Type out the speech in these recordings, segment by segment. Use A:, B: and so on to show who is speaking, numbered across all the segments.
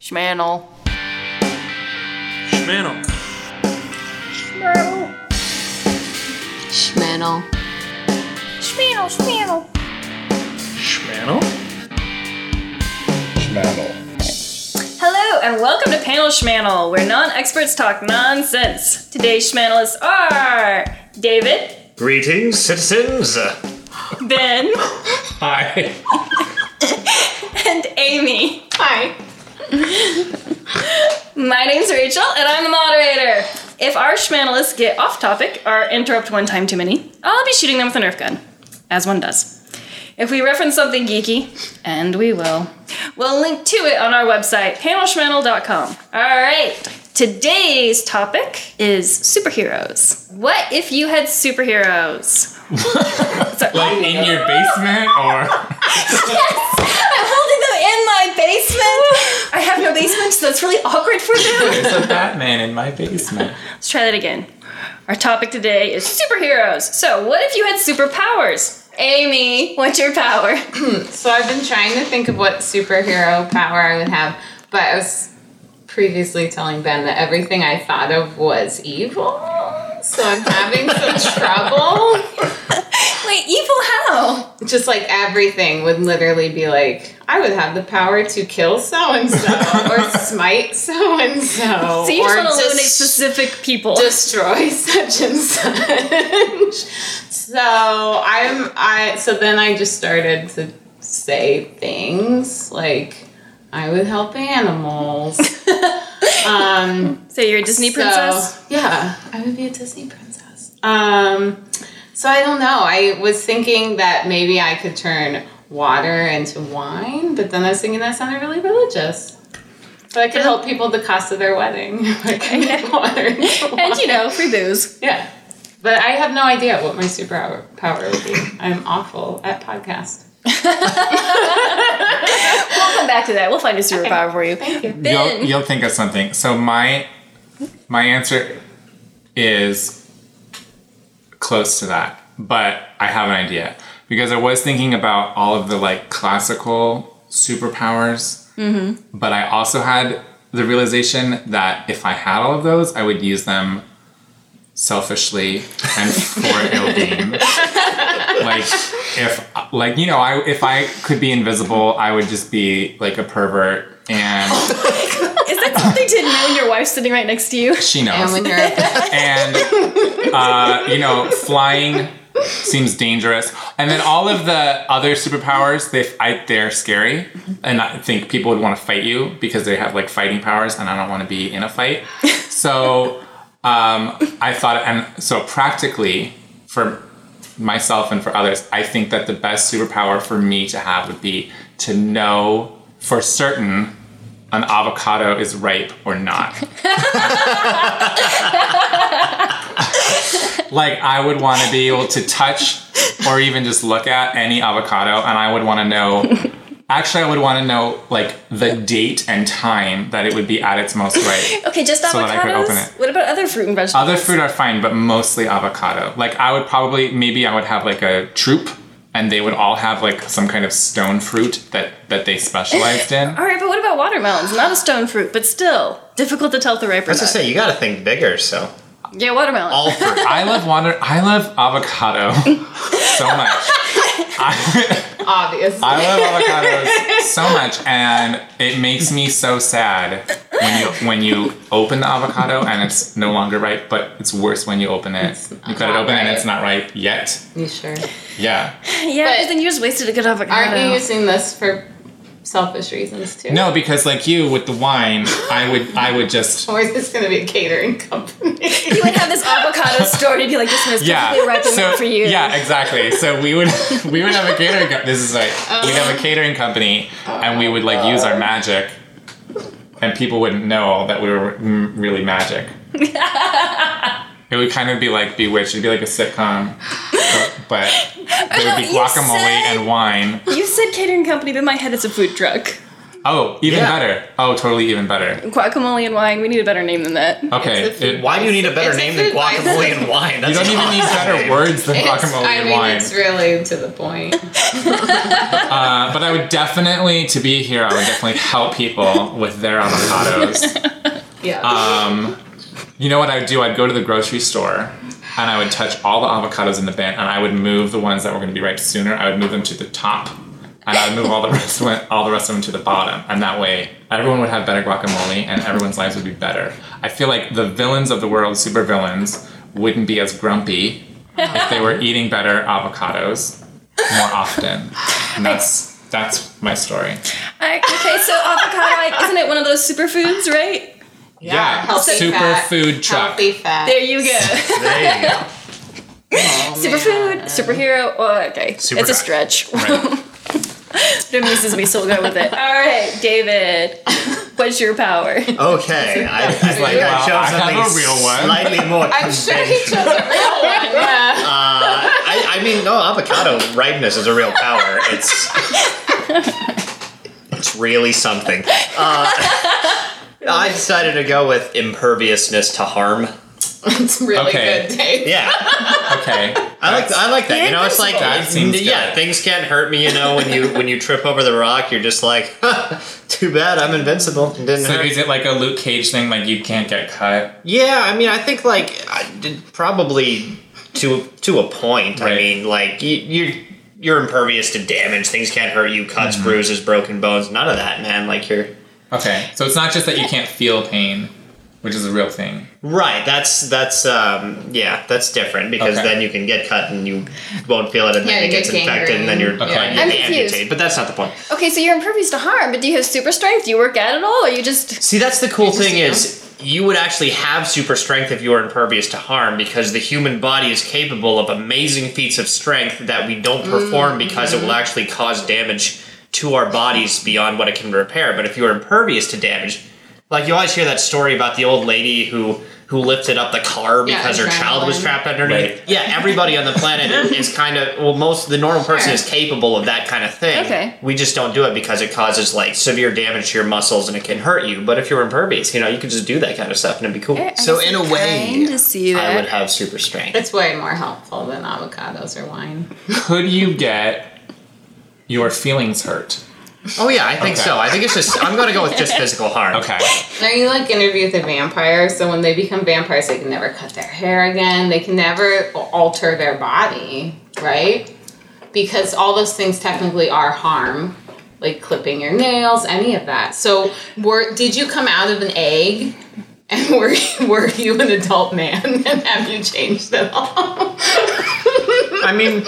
A: Schmannel.
B: Schmannel.
C: Schmannel.
A: Schmannel, Schmannel.
B: Schmannel?
D: Schmattle.
E: Hello and welcome to Panel Schmannel, where non-experts talk nonsense. Today's Schmannelists are David,
B: Greetings, citizens.
E: Ben,
B: Hi.
E: and Amy.
C: Hi.
E: My name's Rachel and I'm the moderator. If our Schmannelists get off topic or interrupt one time too many, I'll be shooting them with a Nerf gun, as one does. If we reference something geeky, and we will, we'll link to it on our website, panelschmannel.com. All right, today's topic is superheroes. What if you had superheroes? Sorry.
F: Like in your basement or
E: I'm holding them in my basement. I have no basement, so that's really awkward for them.
F: there's a Batman in my basement.
E: Let's try that again. Our topic today is superheroes. So, what if you had superpowers? Amy, what's your power?
C: So I've been trying to think of what superhero power I would have, but I was previously telling Ben that everything I thought of was evil. So I'm having some trouble.
E: Wait, evil how?
C: Just like everything would literally be like, I would have the power to kill so and so or smite so and so.
E: So you just
C: or
E: want to eliminate
C: dis-
E: specific people.
C: destroy such and such. So I'm I so then I just started to say things like I would help animals. um
E: so you're a Disney
C: so-
E: princess.
C: yeah, I would be a Disney princess. Um so I don't know. I was thinking that maybe I could turn water into wine, but then I was thinking that sounded really religious. So I could help people with the cost of their wedding. I could make water into wine.
E: And you know, free booze.
C: Yeah. But I have no idea what my superpower power would be. I'm awful at podcast.
E: We'll come back to that. We'll find a superpower for you.
C: Thank you.
E: Ben.
F: You'll you'll think of something. So my my answer is close to that, but I have an idea because I was thinking about all of the like classical superpowers, but I also had the realization that if I had all of those, I would use them selfishly and for ill gain. like if like you know I if I could be invisible, I would just be like a pervert and.
E: Is that something to know when your wife's sitting right next to you?
F: She
C: And
F: knows.
C: when
F: And,
C: you're a
F: uh, you know, flying seems dangerous. And then all of the other superpowers, they I, they're scary, and I think people would want to fight you because they have like fighting powers, and I don't want to be in a fight. So um, I thought, and so practically for myself and for others, I think that the best superpower for me to have would be to know for certain an avocado is ripe or not. like I would want to be able to touch or even just look at any avocado and I would want to know actually I would want to know like the date and time that it would be at its most ripe.
E: Okay, just
F: So that I could
E: avocados.
F: open it.
E: What about other fruit and vegetables?
F: Other fruit are fine, but mostly avocado. Like I would probably maybe I would have like a troop and they would all have like some kind of stone fruit that that they specialized in.
E: All right, but what about watermelons? Not a stone fruit, but still difficult to tell if they're ripe or
G: Let's
E: not.
G: just say you gotta think bigger, so.
E: Yeah, watermelon.
G: All fruit.
F: I love water. I love avocado so much. I,
C: obvious.
F: I love avocados so much, and it makes me so sad when you when you open the avocado and it's no longer ripe. But it's worse when you open it. You cut it
C: not
F: open and
C: ripe.
F: it's not ripe yet.
C: you sure?
F: Yeah.
E: yeah,
C: but-
E: but then you just wasted a good avocado.
C: Aren't you using this for selfish reasons too?
F: No, because like you with the wine, I would I would just
C: Or is this going to be a catering company?
E: You would have this avocado store and you'd be like, this one is
F: yeah.
E: perfectly ripe and
F: So
E: meant for you.
F: yeah, exactly. So we would we would have a catering. Co- this is like we'd have a catering company, and we would like use our magic, and people wouldn't know that we were mm, really magic. it would kind of be like Bewitched. It'd be like a sitcom, but there would be
E: You
F: guacamole
E: said-
F: and wine.
E: You said catering company, but in my head it's a food truck.
F: Oh, even
G: Yeah.
F: better. Oh, totally even better.
E: Guacamole and wine. We need a better name than that.
F: Okay.
C: It's a-
F: it-
G: Why do you need a better
C: It's a
G: name than
C: food license.
G: guacamole and wine?
F: you
G: That's
F: don't even need better words than
C: It's-
F: guacamole
C: I
F: and
C: mean,
F: wine.
C: it's really to the point.
F: Uh, but I would definitely, to be here, I would definitely help people with their avocados.
C: Yeah.
F: Um, you know what I would do? I'd go to the grocery store and I would touch all the avocados in the bin and I would move the ones that were going to be ripe sooner. I would move them to the top and I would move all the rest of all the rest of them to the bottom. And that way, everyone would have better guacamole and everyone's lives would be better. I feel like the villains of the world, super villains, wouldn't be as grumpy if they were eating better avocados more often. And that's that's my story.
E: I, okay, so avocado like, isn't it one of those superfoods, right?
F: Yeah,
C: healthy fat,
F: superfood truck.
C: Healthy fat.
E: There you go.
G: there you go.
E: Superfood, superhero. Oh, okay,
G: Super
E: it's a
G: guy.
E: stretch.
F: Right.
E: it amuses me, so we'll go with it. All right, David, what's your power?
G: Okay, I, I think
F: like,
G: I
F: well, I
G: chose
F: have
G: something
F: a real one.
G: slightly more.
C: I'm sure he chose
G: conventional.
C: a real one. Yeah.
G: Uh, I, I mean, no, avocado ripeness is a real power. It's it's really something. Uh, I decided to go with imperviousness to harm.
C: It's really
F: Okay.
C: good, Dave.
G: Yeah,
F: Okay.
G: I like I like that. You know, it's like uh,
F: That seems
G: yeah,
F: good.
G: things can't hurt me. You know, when you when you trip over the rock, you're just like, too bad I'm invincible. It Didn't
F: So
G: hurt.
F: is it like a Luke Cage thing? Like you can't get cut?
G: Yeah, I mean, I think like I did probably to to a point. I
F: Right.
G: mean, like you, you're you're impervious to damage. Things can't hurt you. Cuts,
F: Mm-hmm.
G: bruises, broken bones. None of that, man. Like you're
F: Okay. So it's not just that you can't feel pain, which is a real thing.
G: right. That's that's um yeah. That's different because
F: Okay.
G: then you can get cut and you won't feel it, and
C: Yeah,
G: then
C: you
G: it gets
C: get
G: infected, and then you're
C: gangrene.
F: Okay.
G: yeah, you're
E: I'm confused.
G: amputated. But that's not the point.
E: Okay, so you're impervious to harm, but do you have super strength? Do you work out at all, or you just?
G: See, that's the cool thing
C: you know?
G: is you would actually have super strength if you were impervious to harm because the human body is capable of amazing feats of strength that we don't perform because it will actually cause damage to our bodies beyond what it can repair. But if you are impervious to damage, like you always hear that story about the old lady who who lifted up the car
C: Yeah,
G: because her child was
C: adrenaline.
G: trapped underneath.
F: Right.
G: Yeah, everybody on the planet is kind of well, most the normal person
C: Sure.
G: is capable of that kind of thing.
E: Okay.
G: We just don't do it because it causes like severe damage to your muscles and it can hurt you. But if you're impervious, you know, you could just do that kind of stuff and it'd be cool.
E: Eh,
G: so in a way,
E: to see that.
G: I would have super strength.
C: It's way more helpful than avocados or wine.
F: Could you get your feelings hurt?
G: Oh yeah, I think
F: Okay.
G: so. I think it's just I'm gonna go with just physical harm.
F: Okay.
C: Now you like interview with a vampire, so when they become vampires, they can never cut their hair again. They can never alter their body, right? Because all those things technically are harm, like clipping your nails, any of that. So, were did you come out of an egg, and were were you an adult man, and have you changed at all?
G: I mean,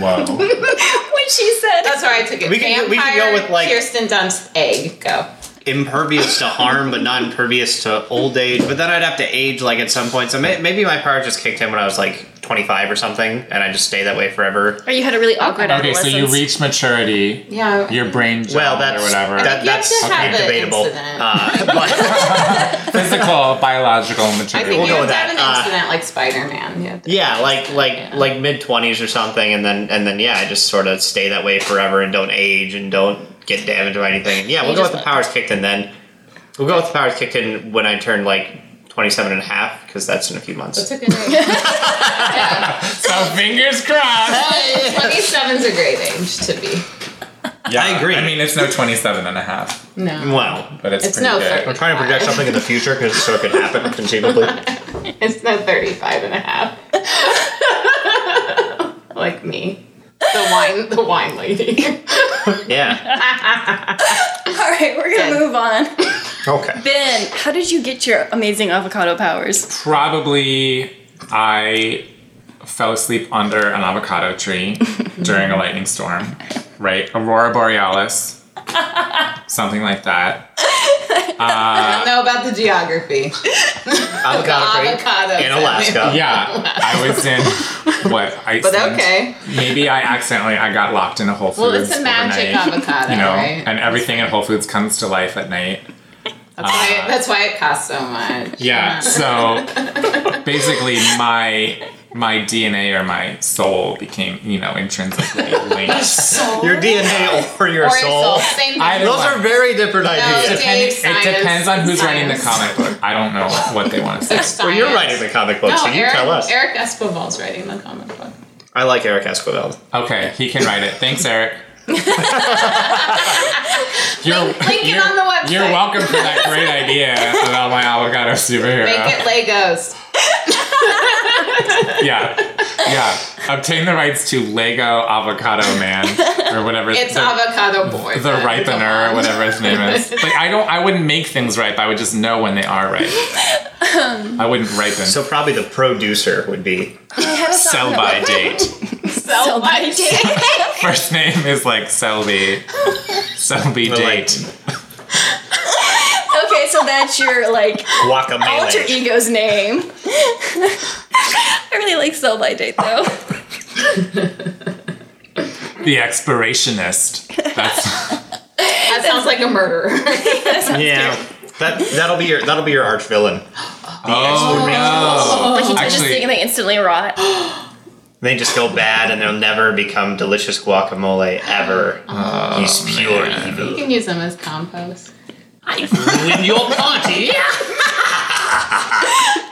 F: Whoa.
E: What she said.
C: That's why I took it.
G: We can- we can go
C: Vampire,
G: with, like-
C: Kirsten Dunst egg. Go.
G: impervious to harm, but not impervious to old age. But then I'd have to age like at some point. So may- maybe my power just kicked in when I was like 25 or something, and I just stay that way forever.
E: Or you had a really awkward
F: Okay, so you reach maturity.
C: Yeah.
F: Your brain gel
G: Well, that's
F: or whatever.
G: That,
C: You have
G: that's
C: to have an
G: debatable.
C: incident.
G: Uh, but
F: Physical, biological
C: I
F: maturity.
C: think
G: We'll
C: you
G: go
C: have
G: with
C: to have an
G: that. Uh,
C: incident like Spider Man. Yeah.
G: yeah, like like like mid twenties or something, and then and then yeah, I just sort of stay that way forever and don't age and don't get damaged by anything. And yeah, we'll go with
E: just
G: the powers kicked in then. We'll go with the powers kicked in when I turn like 27 and a half because that's in a few months.
C: That's a good age.
F: so fingers crossed.
C: 27's a great age to be.
F: Yeah,
G: I agree.
F: I mean, it's no 27 and a half,
C: No.
G: Wow.
F: but it's,
C: It's
F: pretty
C: no
F: good.
G: I'm trying to project something in the future because so it could happen conceivably.
C: It's no 35 and a half. like me. The wine the wine lady.
G: Yeah.
E: All right, we're gonna
C: Done.
E: move on.
G: Okay.
E: Ben, how did you get your amazing avocado powers?
F: Probably I fell asleep under an avocado tree during a lightning storm, right? Aurora Borealis, something like that.
C: I don't know about the geography.
G: Avocado tree
C: Avocado.
G: in Alaska.
F: Yeah, I was in what Iceland.
C: But okay.
F: Maybe I accidentally I got locked in a Whole Foods.
C: Well, it's a magic
F: overnight,
C: avocado,
F: you know,
C: right?
F: and everything at Whole Foods comes to life at night.
C: That's why, that's why it costs so much.
F: Yeah. So basically, my my DNA or my soul became, you know, intrinsically linked.
C: Soul
G: Your DNA or your
C: or
G: soul.
C: soul. Same thing.
F: Either
G: Those
F: one.
G: are very different ideas.
C: Dave, science,
F: it depends on who's writing the
C: science.
F: comic book. I don't know what they want to say.
C: Science.
G: Well, you're writing the comic book,
C: No,
G: so you
C: Eric,
G: tell us.
C: Eric Escobar's writing the comic book.
G: I like Eric Esquivel.
F: Okay, he can write it. Thanks, Eric. you're,
C: link it
F: you're-
C: on the website.
F: You're welcome for that great idea about my avocado superhero.
C: Make it Legos.
F: yeah, yeah. Obtain the rights to Lego Avocado Man or whatever.
C: It's
F: the,
C: avocado boy.
F: the ripener or whatever his name is. Like I don't, I wouldn't make things ripe. I would just know when they are ripe.
C: Um,
F: I wouldn't ripen.
G: So probably the producer would be
F: sell by date.
E: Oh
C: Sell by date.
F: First name is like Selby. Selby
G: But, like,
F: date.
E: Okay, so that's your like alter
G: Guacamole.
E: ego's name. I really like Sell by Date though.
F: The expirationist. That's
C: That sounds like a murderer.
G: Yeah. That that'll be your that'll be your arch villain.
F: oh no.
E: Like he touches
F: Actually-
E: things and they instantly rot.
G: They just go bad and they'll never become delicious guacamole ever. He's pure
C: you
G: evil.
C: can use them as compost.
G: Ruin your party.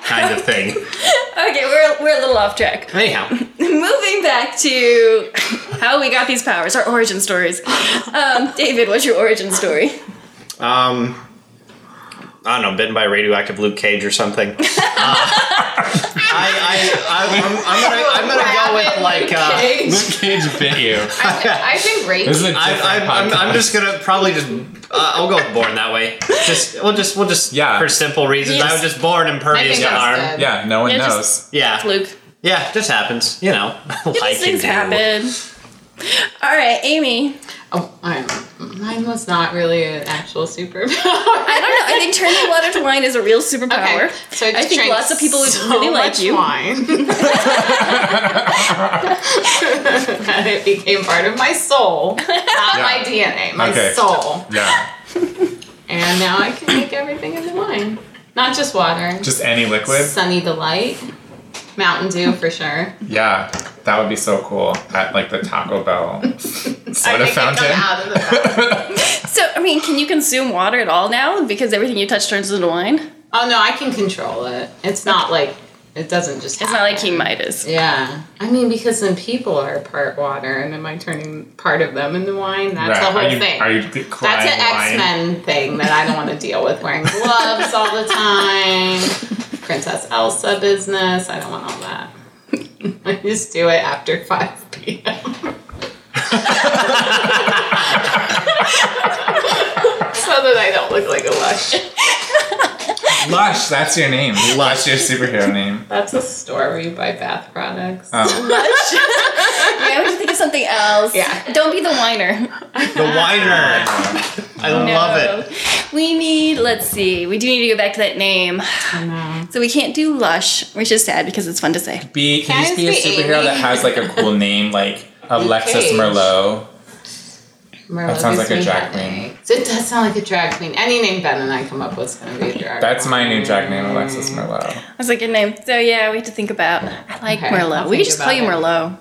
G: kind of thing.
E: Okay, we're we're a little off track.
G: Anyhow,
E: Moving back to how we got these powers, our origin stories. Um, David, what's your origin story?
G: um, I don't know, bitten by a radioactive Luke Cage or something. Uh, I, I, I, am I'm gonna, I'm gonna go with like. Uh,
C: Cage.
F: Luke Cage bit you.
C: I think rape.
F: This is a different
G: I, I'm, I'm, I'm
F: podcast.
G: just gonna probably just uh, I'll go with born that way. Just we'll just we'll just
F: Yeah.
G: for simple reasons. I
E: Yes.
G: was just born impervious
C: think
G: to
C: that's
G: harm.
C: good.
F: Yeah, no one
E: Yeah, just-
F: knows.
G: Yeah,
E: Luke.
G: yeah, just happens. You know, Like
E: These
G: you
E: things
G: do.
E: happen. All right, Amy.
C: Oh, I don't know. Mine was not really an actual superpower.
E: I don't know. I think turning water to wine is a real superpower.
C: so I,
E: I think
C: drank
E: lots of people would
C: so
E: really like
C: much
E: you.
C: Wine. and it became part of my soul, not my DNA, my
F: Okay.
C: soul.
F: Yeah,
C: And now I can make everything into wine, not just water.
F: just any liquid.
C: Sunny delight, Mountain Dew for sure.
F: Yeah, that would be so cool at like the Taco Bell
C: I
F: soda
C: think it come
F: fountain.
C: out of the fountain.
E: So, I mean, can you consume water at all now? Because everything you touch turns into wine?
C: Oh no, I can control it. It's not like it doesn't just.
E: It's not like King Midas.
C: Yeah, I mean because then people are part water, and am I turning part of them into wine? That's the whole
F: are you,
C: thing.
F: Are you d- crying
C: That's an X
F: wine?
C: Men thing that I don't want to deal with. Wearing gloves all the time, Princess Elsa business. I don't want all that. I just do it after five p.m. so that I don't look like a lush.
F: Lush, that's your name. Lush, your superhero name.
C: That's a story by Bath Products.
F: Oh,
E: Yeah, we should think of something else.
C: Yeah.
E: Don't be the whiner.
G: The whiner. I love it.
E: We need, let's see, we do need to go back to that name.
C: I know.
E: So we can't do Lush, which is sad because it's fun to say.
F: be can you just be a
C: Can I be
F: superhero
C: Amy?
F: that has like a cool name, like Alexis
C: Cage.
F: Merlot.
C: Merlot
F: That sounds
C: gives
F: like a
C: me
F: drag
C: headache. It does sound like a drag queen. Any name Ben and I come up with is going to be a drag
F: That's
C: queen.
F: my new drag name, Alexis Merlot.
E: That's a good name. So yeah, we have to think about. I like
C: Okay,
E: Merlot.
C: I'll
E: We could
C: think
E: just call
C: about
E: you
C: it.
E: Merlot.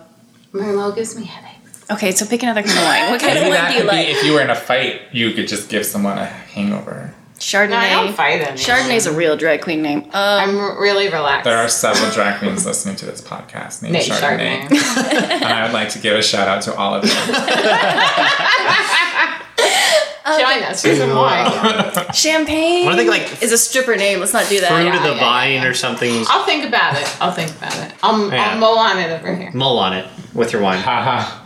C: Merlot gives me headaches.
E: Okay, so pick another kind of wine. What kind of
F: Maybe
E: wine
F: that
E: do you
F: could
E: like?
F: be if you were in a fight, you could just give someone a hangover.
C: No, I don't
E: Chardonnay.
C: fight anyone.
E: Chardonnay's a real drag queen name. Um,
C: I'm r- really relaxed.
F: There are several drag queens listening to this podcast named
C: Nate
F: Chardonnay,
C: Chardonnay.
F: and I would like to give a shout out to all of them.
C: Join us for some wine.
E: champagne.
G: I think like
E: is a stripper name. Let's not do that.
G: fruit of
C: yeah,
G: the
C: yeah,
G: vine or something.
C: I'll think about it. I'll think about it. I'll,
G: Yeah.
C: I'll mull on it over here.
G: Mull on it with your wine.
F: Haha.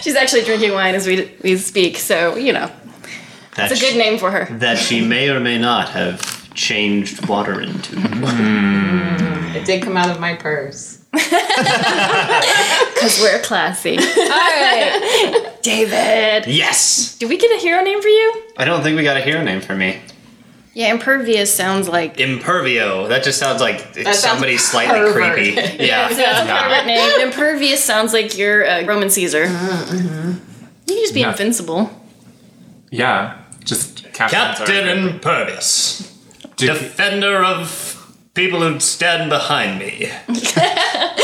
E: She's actually drinking wine as we we speak. So you know,
G: That's
E: it's a good name for her.
G: That she may or may not have changed water into.
C: It did come out of my purse.
E: Cause we're classy. All right, David.
G: yes.
E: Did we get a hero name for you?
G: I don't think we got a hero name for me.
E: Yeah, impervious sounds like.
G: Impervio. That just sounds like
C: sounds
G: somebody slightly
C: pervert.
G: creepy. Yeah.
E: So that's a favorite name. Impervious sounds like you're uh, mm-hmm. Roman Caesar. You can just be
F: Yeah.
E: invincible.
F: Yeah, just captains are-
G: Captain Impervious,
F: Did-
G: defender of people who stand behind me.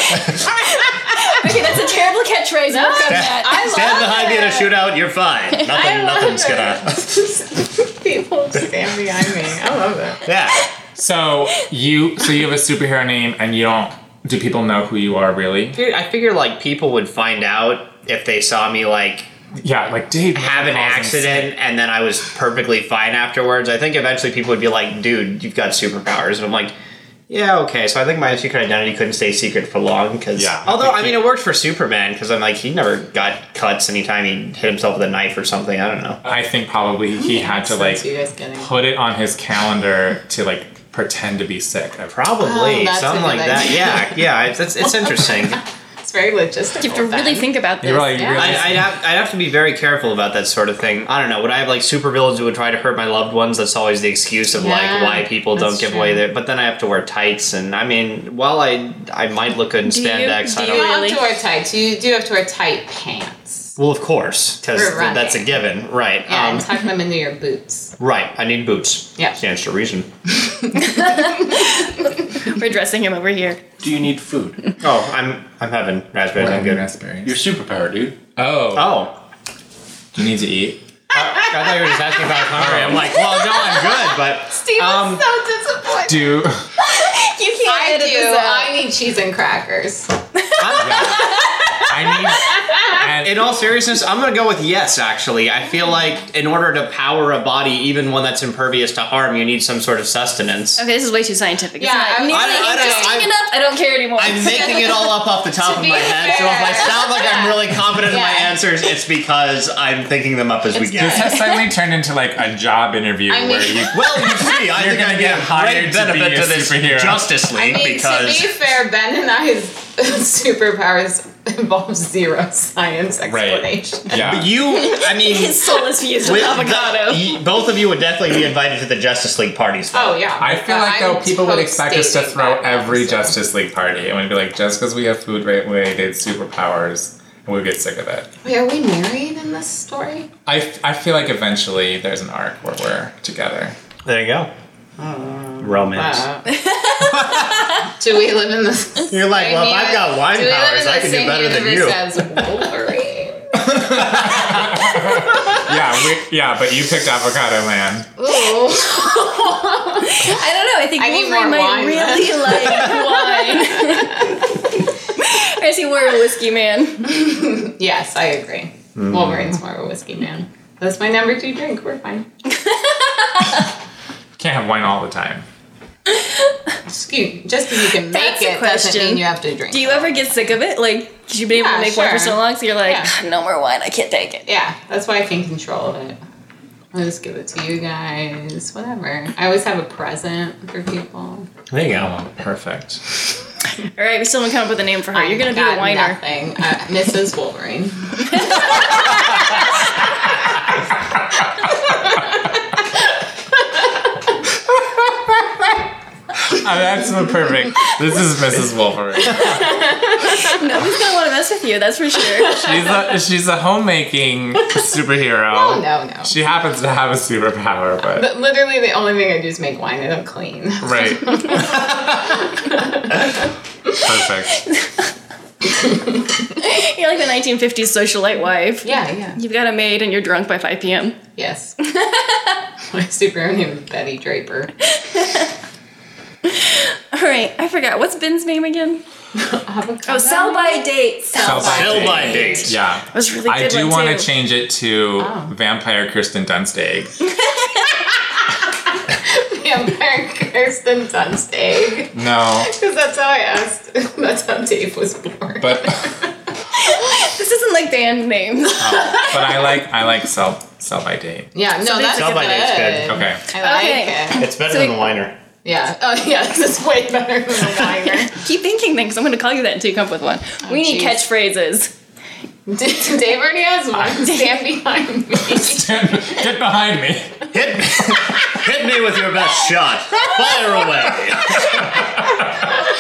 E: Okay, that's a terrible catchphrase. Work on that.
C: I
G: Stand
C: love
G: behind me in a shootout, you're fine. Nothing,
C: love
G: nothing's
C: it.
G: gonna.
C: People stand behind me. I love that.
G: Yeah.
F: So you so you have a superhero name and you don't do people know who you are really?
G: Dude, I figure like people would find out if they saw me like
F: Yeah, like Dave
G: have an
F: Calls and-
G: accident and then I was perfectly fine afterwards. I think eventually people would be like, dude, you've got superpowers. And I'm like, yeah, okay. So I think my secret identity couldn't stay secret for long because,
F: Yeah.
G: although, I mean, it worked for Superman because I'm like, he never got cuts anytime he hit himself with a knife or something. I don't know.
F: I think probably he had to like
C: That's you guys getting.
F: put it on his calendar to like pretend to be sick. I probably
G: Probably
C: Oh, that's a
G: something
C: good
G: like that.
C: idea.
G: Yeah, yeah. It's, it's, it's interesting.
C: It's very logistical.
E: You have to really
C: then.
E: think about this.
F: You're like,
C: Yeah.
F: really
G: I, I'd, have, I'd have to be very careful about that sort of thing. I don't know. Would I have like supervillains who would try to hurt my loved ones? That's always the excuse of
C: Yeah,
G: like why people don't
C: that's
G: give
C: true.
G: away their. But then I have to wear tights, and I mean, while I I might look good in
E: you-
G: spandex,
E: do you-
G: I don't.
C: You don't
E: Really?
C: have to wear tights. You do have to wear tight pants.
G: Well, of course, because
C: For running.
G: that's a given, right?
C: Yeah, and
G: um,
C: tuck them into your boots.
G: right. I need boots.
C: Yeah.
G: stands to reason.
E: We're dressing him over here.
D: Do you need food?
G: Oh, I'm I'm having raspberries. I'm good.
D: Your superpower, dude.
F: Oh,
G: Oh.
F: you need to eat.
G: I thought you were just asking if I was hungry. I'm like, well, no, I'm good, but
C: Steve
G: Um,
C: is so disappointed.
F: Do
E: You can't
C: I do. um, I need cheese and crackers.
G: I'm,
F: I need?
G: In
F: And,
G: all seriousness, I'm gonna go with yes. Actually, I feel like in order to power a body, even one that's impervious to harm, you need some sort of sustenance.
E: Okay, this is way too scientific. It's
C: Yeah,
E: not- Neitly
C: I- I
G: don't- I don't-
E: interesting
G: I'm-
E: enough. I don't care anymore.
G: I'm making it all up off the top of
C: be
G: my head, so if I
C: fair.
G: sound like I'm really confident in my
C: Yeah.
G: answers, it's because I'm thinking them up as we
F: this
G: get.
F: has suddenly turned into like a job interview
C: I mean-
F: where you.
G: Well, you see, I
F: You're
G: think
F: gonna
G: I
F: get
G: get
F: hired
G: great
F: to be
G: benefit
F: a
G: to, this
F: superhero.
G: Justice
C: I
G: League
C: mean, to
G: because
C: be fair, Ben and I's superpowers involve zero science explanation.
F: Yeah.
G: you, I mean,
E: His soul is fused with
G: with
E: avocado.
G: the- you- both of you would definitely be invited to the Justice League parties. though.
C: Oh yeah.
F: I feel like though
C: I'm
F: people would expect us to
C: toasting
F: throw
C: Ben,
F: every
C: so.
F: Justice League party, and we'd be like, just because we have food related superpowers, we would get sick of it.
C: Wait, are we married in this story?
F: I, f- I feel like eventually there's an arc where we're together.
G: There you go. Romance.
C: do we live in the?
G: You're like, well, if I've got wine
C: do we live
G: powers,
C: in
G: I
C: the
G: can do
C: same
G: better than you.
C: universe as Wolverine?
F: Yeah, we, yeah, but you picked Avocado Man.
C: Ooh.
E: I don't know. I think
C: I need
E: Wolverine
C: more
E: might
C: wine.
E: really like wine. or is he more of a whiskey man?
C: Yes, I agree. Wolverine's more of a whiskey man. That's my number two drink. We're fine.
F: Can't have wine all the time.
C: Excuse, just because you can make
E: That's a
C: it doesn't
E: question.
C: mean you have to drink.
E: Do you ever get sick of it? Like, 'cause you've been able
C: Yeah,
E: to make wine for
C: sure.
E: so long, so you're like, "Ah,
C: Yeah.
E: no more wine. I can't take it.
C: yeah, that's why I can control it. I just give it to you guys. Whatever. I always have a present for people.
G: There you go.
F: Oh, perfect.
E: All right, we still haven't come up with a name for her. You're gonna be
C: Got
E: a whiner.
C: Nothing. Uh, Mrs. Wolverine.
F: Oh, that's the perfect. This is Mrs. Wolverine.
E: Nobody's gonna want to mess with you. That's for sure.
F: She's a, she's a homemaking superhero.
C: Oh no, no.
F: She happens to have a superpower, but
C: But literally, the only thing I do is make wine. I don't clean.
F: right. perfect.
E: you're like the 1950s socialite wife.
C: Yeah, yeah.
E: You've got a maid and you're drunk by 5 p.m.
C: Yes. My superhero name is Betty Draper.
E: All right, I forgot. What's Ben's name again?
C: Avocado.
E: Oh, sell by date. Sell.
F: Sell by
G: Sell
F: date.
G: by date.
F: Yeah.
E: That was a really good.
F: I do
E: one,
F: want
E: too.
F: to change it to
C: Oh.
F: Vampire Kirsten Dunst egg.
C: Vampire Kirsten Dunst egg.
F: No,
C: Because that's how I asked. That's how Dave was born.
F: but
E: This isn't like band names.
F: but I like I like sell sell by date.
C: yeah, no, that's
G: Sell
C: good.
G: by date's good.
F: Okay.
C: I like
E: Okay.
C: it.
G: It's better
E: So
G: than
E: we-
G: the liner.
C: Yeah. Oh, yeah. This is way better than the liner.
E: Keep thinking things. I'm going to call you that until you come up with one. we need
C: jeez.
E: catchphrases.
C: D- Dave already has one. Stand behind me.
F: Get behind me.
G: Hit me, hit me with your best shot. Fire away.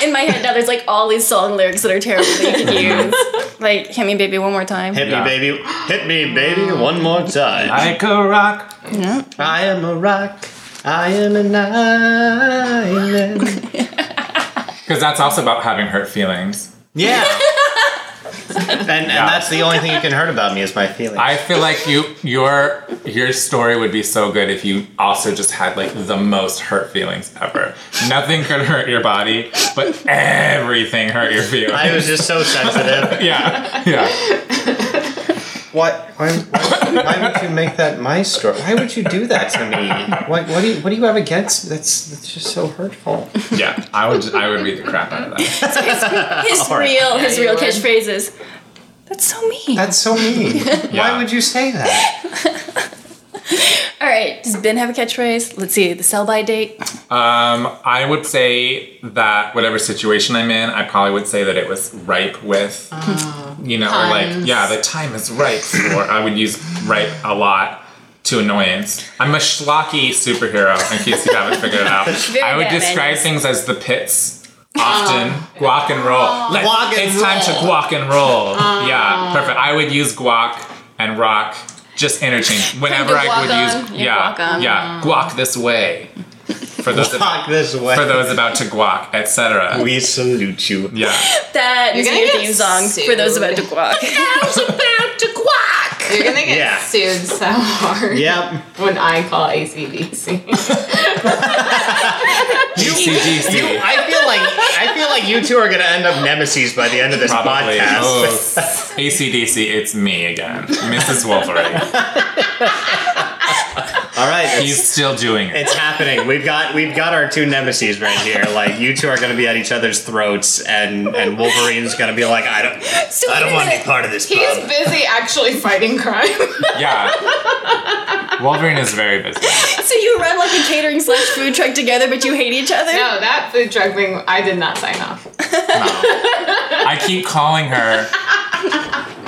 E: In my head now, there's like all these song lyrics that are terrible that you could use. like, hit me, baby, one more time.
G: Hit
F: Yeah.
G: me, baby. Hit me, baby, one more time.
F: Like a rock.
G: I am a rock. I am an island.
F: Because that's also about having hurt feelings.
G: Yeah. and and that's the only thing you can hurt about me is my feelings.
F: I feel like you your your story would be so good if you also just had like the most hurt feelings ever. Nothing could hurt your body, but everything hurt your feelings.
G: I was just so sensitive.
F: yeah, yeah.
G: What? Why, why, why would you make that my story? Why would you do that to me? What? What do you? What do you have against? That's that's just so hurtful.
F: Yeah, I would I would read the crap out of that.
E: His
G: All right.
E: real, his
C: you
E: real
C: would.
E: catchphrase is, "That's so mean."
G: That's so mean.
F: Yeah.
G: Why would you say that?
E: All right, does Ben have a catchphrase? Let's see, the sell by date.
F: Um, I would say that whatever situation I'm in, I probably would say that it was ripe with,
E: Mm.
F: you know, or like
C: Puns.
F: yeah, the time is ripe for. I would use ripe a lot to annoyance. I'm a schlocky superhero. In case you haven't figured it out,
E: Very Uh-huh.
F: I would
E: Batman,
F: describe
E: yes.
F: things as the pits. Often guac and
E: Uh-huh.
F: roll. Let's-
G: Guac and
F: it's time to guac and roll. yeah, perfect. I would use guac and rock just interchange whenever I would
E: guac on,
F: use
E: your
F: yeah
E: guac on. Uh-huh.
F: yeah guac this way for those of,
G: Talk this way.
F: for those about to guac, etc.
G: we salute you.
F: Yeah.
E: That is
C: gonna
E: your
C: get
E: theme song
C: sued.
E: for those about to guac.
C: about to quack. You're gonna get
G: Yeah.
C: sued so hard.
G: Yep.
C: When I call ACDC.
F: CDC.
G: I feel like I feel like you two are gonna end up nemesis by the end of this
F: Probably.
G: podcast.
F: Oh, ACDC, it's me again. Mrs. Wolverine.
G: All right, it's,
F: He's still doing it.
G: it's happening. We've got we've got our two nemesis right here. Like you two are gonna be at each other's throats, and and Wolverine's gonna be like, I don't I don't want to be part of this.
C: He's
F: Um.
G: pub.
C: busy actually fighting crime.
F: Yeah. Wolverine is very busy.
E: so you run like a catering slash food truck together, but you hate each other.
C: No, that food truck thing, I did not sign off.
F: I keep calling her.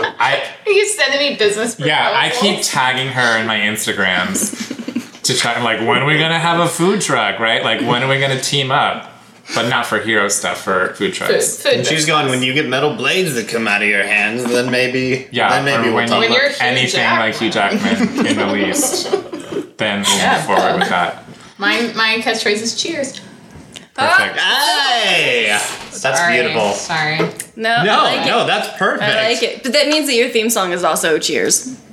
F: I
C: He's sending me business proposals.
F: yeah, I keep tagging her in my Instagrams to try like when are we gonna have a food truck, right? Like when are we gonna team up? But not for hero stuff, for
C: Food,
F: food trucks.
C: food
G: And she's
C: business.
G: gone. When you get metal blades that come out of your hands, then maybe
F: Yeah,
G: then maybe we'll
F: or when
G: talk.
C: When
F: you look
C: you're Hugh
F: anything like Hugh Jackman in the least, then we'll
C: Yeah.
F: move forward with that.
C: My, my catchphrase is cheers.
E: Ah,
F: Perfect.
G: Hey, that's
C: Sorry,
G: beautiful.
C: Sorry.
E: no, I
G: No,
E: like
G: no,
E: it.
G: that's perfect.
E: I like it, but that means that your theme song is also Cheers.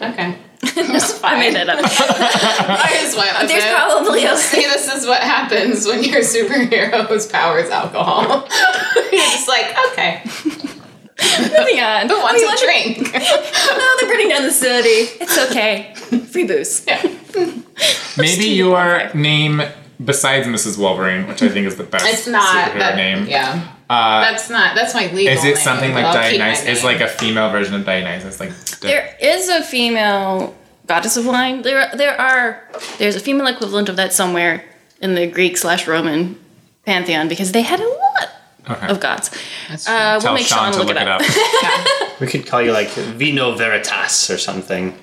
C: Okay. That's fine.
E: I made that up.
C: I just went with
E: There's
C: it.
E: probably a
C: See, this is what happens when your superhero's powers alcohol. You're just like, okay,
E: moving on.
C: who wants
E: We
C: a
E: want-
C: drink?
E: No, they're burning down the city. It's okay. Free booze.
C: Yeah.
F: Maybe your name besides Mrs. Wolverine, which I think is the best
C: It's not
F: superhero
C: that
F: name.
C: Yeah.
F: Uh,
C: That's not. That's my legal.
F: is it something
C: name,
F: like
C: but I'll keep my
F: Dionysus? Is
C: name.
F: like a female version of Dionysus, like the-
E: There is a female goddess of wine. There, there are. There's a female equivalent of that somewhere in the Greek slash Roman pantheon because they had a lot
F: okay.
C: oh,
E: of gods. Uh, we'll
F: Tell
E: make Sean,
F: Sean to
E: look, it up.
G: We could call you like Vino Veritas or something.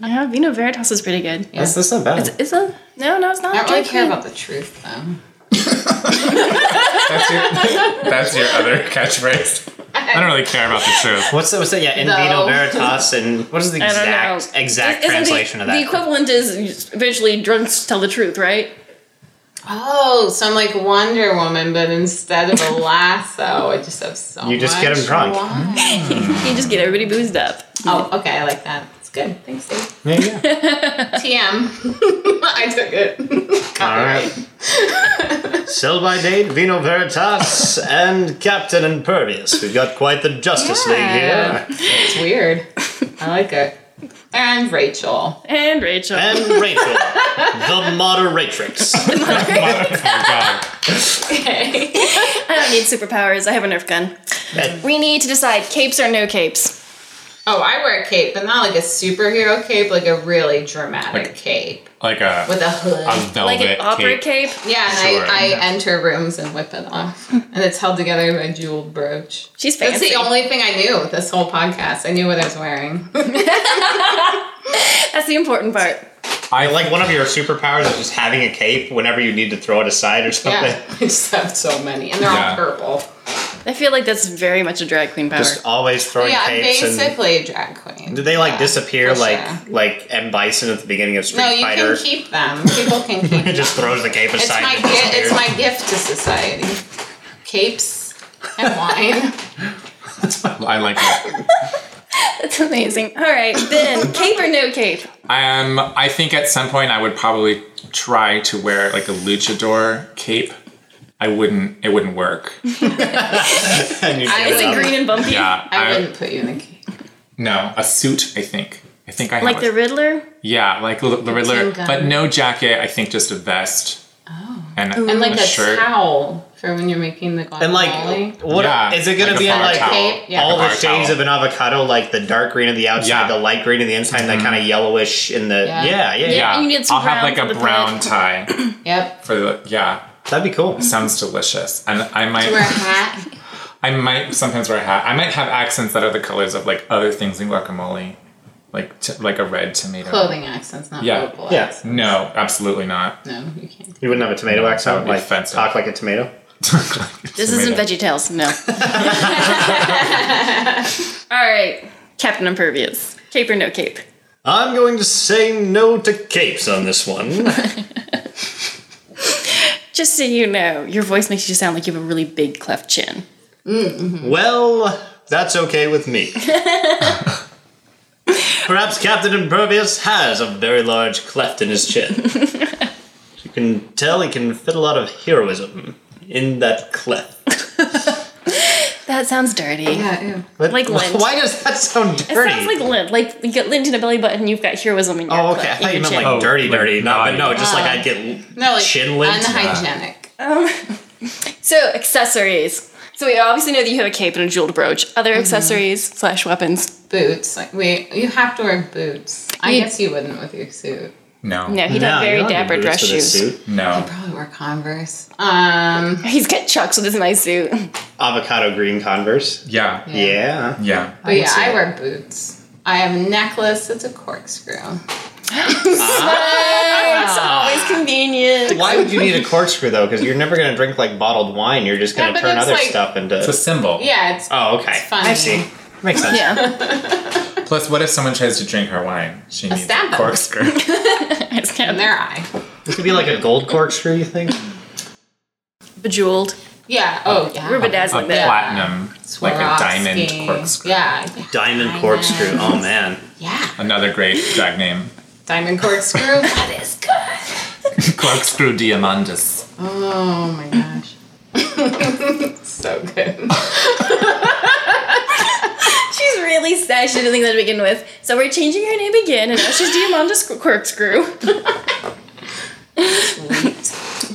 E: yeah, Vino Veritas is pretty good.
G: That's that's not bad.
E: Is a no, no, it's not.
C: I don't really care
E: Drink-
C: about the truth though.
F: that's, your, that's your other catchphrase. I don't really care about the truth.
G: What's that? What's that? Yeah, in
C: No.
G: Vino Veritas, and what is the
E: I don't know.
G: exact exact
E: Isn't the-
G: translation of that?
E: The equivalent is eventually drunks tell the truth, right?
C: Oh, so I'm like Wonder Woman, but instead of a lasso, I just have so.
G: You just get
C: much
G: him drunk.
C: wine.
E: You just get everybody boozed up.
F: Hmm?
C: Oh, okay. I like that. It's good. Thanks, Dave.
G: Yeah, yeah.
C: TM. I took it.
G: All right. Sell by date, Vino Veritas, and Captain Impervious. We've got quite the Justice
C: Yeah.
G: League here.
C: It's weird. I like it. And Rachel.
E: And Rachel.
G: And Rachel, the moderatrix.
C: Okay.
E: I don't need superpowers. I have a Nerf gun. We need to decide capes or no capes.
C: Oh, I wear a cape, but not like a superhero cape, like a really dramatic
F: Like-
C: cape
F: Like a,
C: with a hood.
F: a velvet
E: like an opera cape.
F: cape.
C: yeah, and
F: Sure,
C: I, I
F: yeah.
C: enter rooms and whip it off. and it's held together by a jeweled brooch.
E: She's
C: That's
E: fancy.
C: the only thing I knew this whole podcast. I knew what I was wearing.
E: That's the important part.
F: I like.
G: like one of your superpowers is just having a cape whenever you need to throw it aside or something.
C: Yeah, I just have so many, and they're
F: Yeah.
C: all purple.
E: I feel like that's very much a drag queen power.
G: Just always throwing
C: yeah,
G: capes and.
C: basically a drag queen.
G: Do they like
C: Yeah,
G: disappear
C: for
G: like
C: sure.
G: like M Bison at the beginning of Street
C: No, you
G: Fighter?
C: can keep them. People can keep
G: He
C: them.
G: just throws the cape
C: It's
G: aside.
C: my
G: and
C: gift. It's
G: disappears.
C: my gift to society. Capes and wine.
F: I like it.
E: That's amazing. All right, then cape or no cape?
F: Um, I think at some point I would probably try to wear like a luchador cape. I wouldn't. It wouldn't work.
G: And you
C: I
G: give
E: Is it
G: up.
E: green and bumpy?
F: Yeah.
C: I wouldn't put you in the cape.
F: No, a suit. I think. I think I
E: Like
F: have
E: the
F: a-
E: Riddler?
F: yeah, like the the
C: Tim
F: Riddler,
C: Gunn.
F: but no jacket. I think just a vest
E: Oh.
F: and,
C: And like a,
F: shirt.
C: towel for when you're making the guacamole.
G: And like, what is
F: Yeah,
G: it gonna
F: like a
G: be in
F: bar
G: like
F: towel.
C: Cape? Yeah.
G: all
F: Like
G: the
F: a bar
G: shades
F: towel.
G: of an avocado, like the dark green on the outside,
F: Yeah.
G: the light green on the inside, and that kind of yellowish in the yeah,
C: Yeah.
G: yeah, Mm-hmm. yeah.
F: Yeah,
E: you need some
F: I'll have
E: brown
F: like
E: for
F: a
E: the
F: brown
E: bread.
F: tie
C: yep.
F: for the yeah.
G: That'd be cool.
F: Sounds delicious, and I might
C: Wear a hat.
F: I might sometimes wear a hat. I might have accents that are the colors of like other things in guacamole, like t- like a red tomato.
C: Clothing accents, not
F: Yeah.
C: notable
G: Yeah.
C: accents.
F: No, absolutely not.
C: No, you can't.
G: You wouldn't have a tomato
F: would
G: accent,
F: be
G: like
F: offensive.
G: talk like a tomato.
E: This isn't Veggie Tales. No. All right, Captain Impervious. Cape or no cape?
G: I'm going to say no to capes on this one.
E: Just so you know, your voice makes you sound like you have a really big cleft chin.
G: well, that's okay with me. Perhaps Captain Impervious has a very large cleft in his chin. you can tell he can fit a lot of heroism in that cleft.
E: That sounds dirty.
C: Yeah, ew.
G: But
E: Like lint.
G: Why does that sound
E: It
G: dirty?
E: sounds like lint. Like you got lint in a belly button. You've got heroism in your.
G: oh,
E: cleft-
G: okay. I
E: in uh, your
G: thought you meant
E: chin.
G: like
F: Oh,
G: dirty,
F: like
G: dirty. No, but
F: naughty.
G: no, just like I'd get
C: No, like
G: Chin lint?
C: unhygienic.
E: So accessories. So we obviously know that you have a cape and a jeweled brooch. Other accessories slash weapons.
C: Boots. Like wait, you have to wear boots. I
E: You-
C: guess you wouldn't with your suit.
F: No,
E: No, he'd
G: No,
E: have
G: you
E: very
G: don't need
E: dapper
G: boots
E: dress
G: for this
E: shoes.
G: suit.
F: no.
C: Probably wear Converse. Um
E: He's got chucks with his nice suit.
G: Avocado green Converse.
F: Yeah, yeah.
G: Yeah.
C: but Oh, yeah, I wear boots. I have a necklace that's a corkscrew.
E: It's always convenient.
G: Why would you need a corkscrew though? Because you're never gonna drink like bottled wine. You're just gonna
C: Yeah, but
G: turn
C: it's
G: other
C: like-
G: stuff into.
F: It's a symbol.
C: Yeah, it's
G: oh, okay.
C: funny.
G: I see. Makes sense.
E: Yeah,
F: Plus, what if someone tries to drink her wine? She needs
C: stab
F: a
C: them.
F: corkscrew.
E: it's
C: in
E: kind of
C: their eye.
G: It could be like a gold corkscrew. You think?
E: bejeweled.
C: Yeah. Oh, yeah.
E: We're
F: a
E: bedazzling that.
F: platinum, like a diamond
C: Swarovski.
F: corkscrew.
C: Yeah.
G: Diamond corkscrew. Oh man.
C: Yeah.
F: Another great drag name,
C: Diamond corkscrew. that is good.
F: corkscrew diamandus.
C: Oh my gosh. so good.
E: She's really sad. She didn't think that to begin with. So we're changing her name again, and now she's Diamonda's Cor- Corkscrew.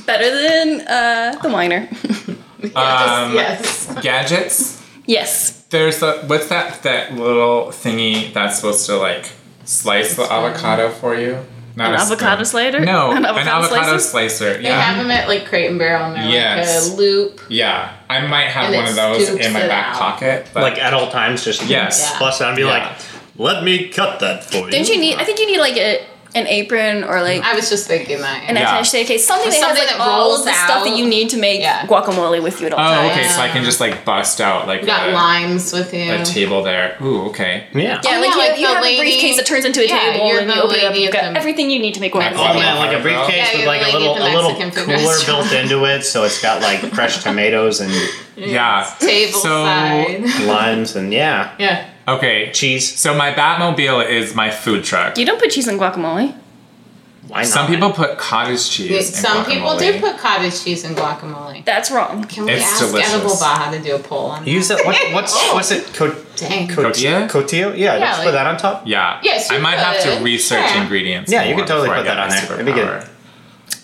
E: Better than uh, the whiner.
F: Um,
C: yes.
F: Gadgets.
E: Yes.
F: There's the what's that that little thingy that's supposed to like slice the avocado for you? Not
E: An
F: a spoon.
E: avocado slider?
F: No,
E: An avocado slicer?
F: slicer.
C: They have
F: Yeah,
C: them at like Crate and Barrel and they're
F: Yes.
C: like a loop.
F: yeah. I might have
C: And
F: one
C: it
F: of those in
C: scoops
F: my
C: it
F: back
C: out.
F: pocket. But
G: Like at all times, just
F: Yes.
C: Yeah.
G: Plus, I'd be
F: Yeah.
G: like, let me cut that for you.
E: Don't you need? I think you need like a, an apron or like
C: I was just thinking that.
E: an
F: Yeah.
E: attaché case, something that
C: Something
E: has like
C: that
E: all
C: rolls
E: of the stuff that
C: out.
E: you need to make
C: Yeah.
E: guacamole with you at all
F: oh,
E: times.
F: okay. So I can just like bust out like
C: you got
F: a,
C: limes with you.
F: a table there. Ooh, okay.
G: Yeah.
E: Yeah, like
C: Oh, yeah,
E: you,
C: like
E: have, you
C: the
E: have a
C: lady-
E: briefcase that turns into a
C: Yeah,
E: table
C: you're
E: and
C: the
E: you open it up.
C: lady
E: You've
C: at
E: got
C: the-
E: everything you need to make guacamole.
G: Oh man, like a briefcase
C: Yeah,
G: with
C: you're
G: like
C: like
G: a little
C: at
G: a
C: the
G: little
C: Mexican food
G: cooler
C: restaurant.
G: built into it, so it's got like fresh tomatoes and
F: Yeah.
C: table
F: So-
C: side.
G: limes and yeah,
C: Yeah.
F: Okay.
G: cheese.
F: So my Batmobile is my food truck.
E: You don't put cheese in guacamole.
G: Why not?
F: Some people put cottage cheese. in
C: Some people do
F: guacamole.
C: put cottage cheese in guacamole.
E: That's wrong.
C: Can we
F: It's
C: ask
F: delicious.
C: Edible Baja to do a poll on
G: use
C: that?
G: it. What, what's what's it? Co-
C: Dang.
G: co-
F: Cotija?
G: Cotillo? Yeah,
C: Oh. Yeah,
G: just
C: like-
G: put that on top.
F: Yeah.
C: Yes, you
F: I might have
C: could.
F: to research
C: Yeah.
F: ingredients.
G: Yeah, you
F: more
G: could totally
F: before I
G: put
F: get
G: that on
F: my
G: there. It'd be good.
F: superpower.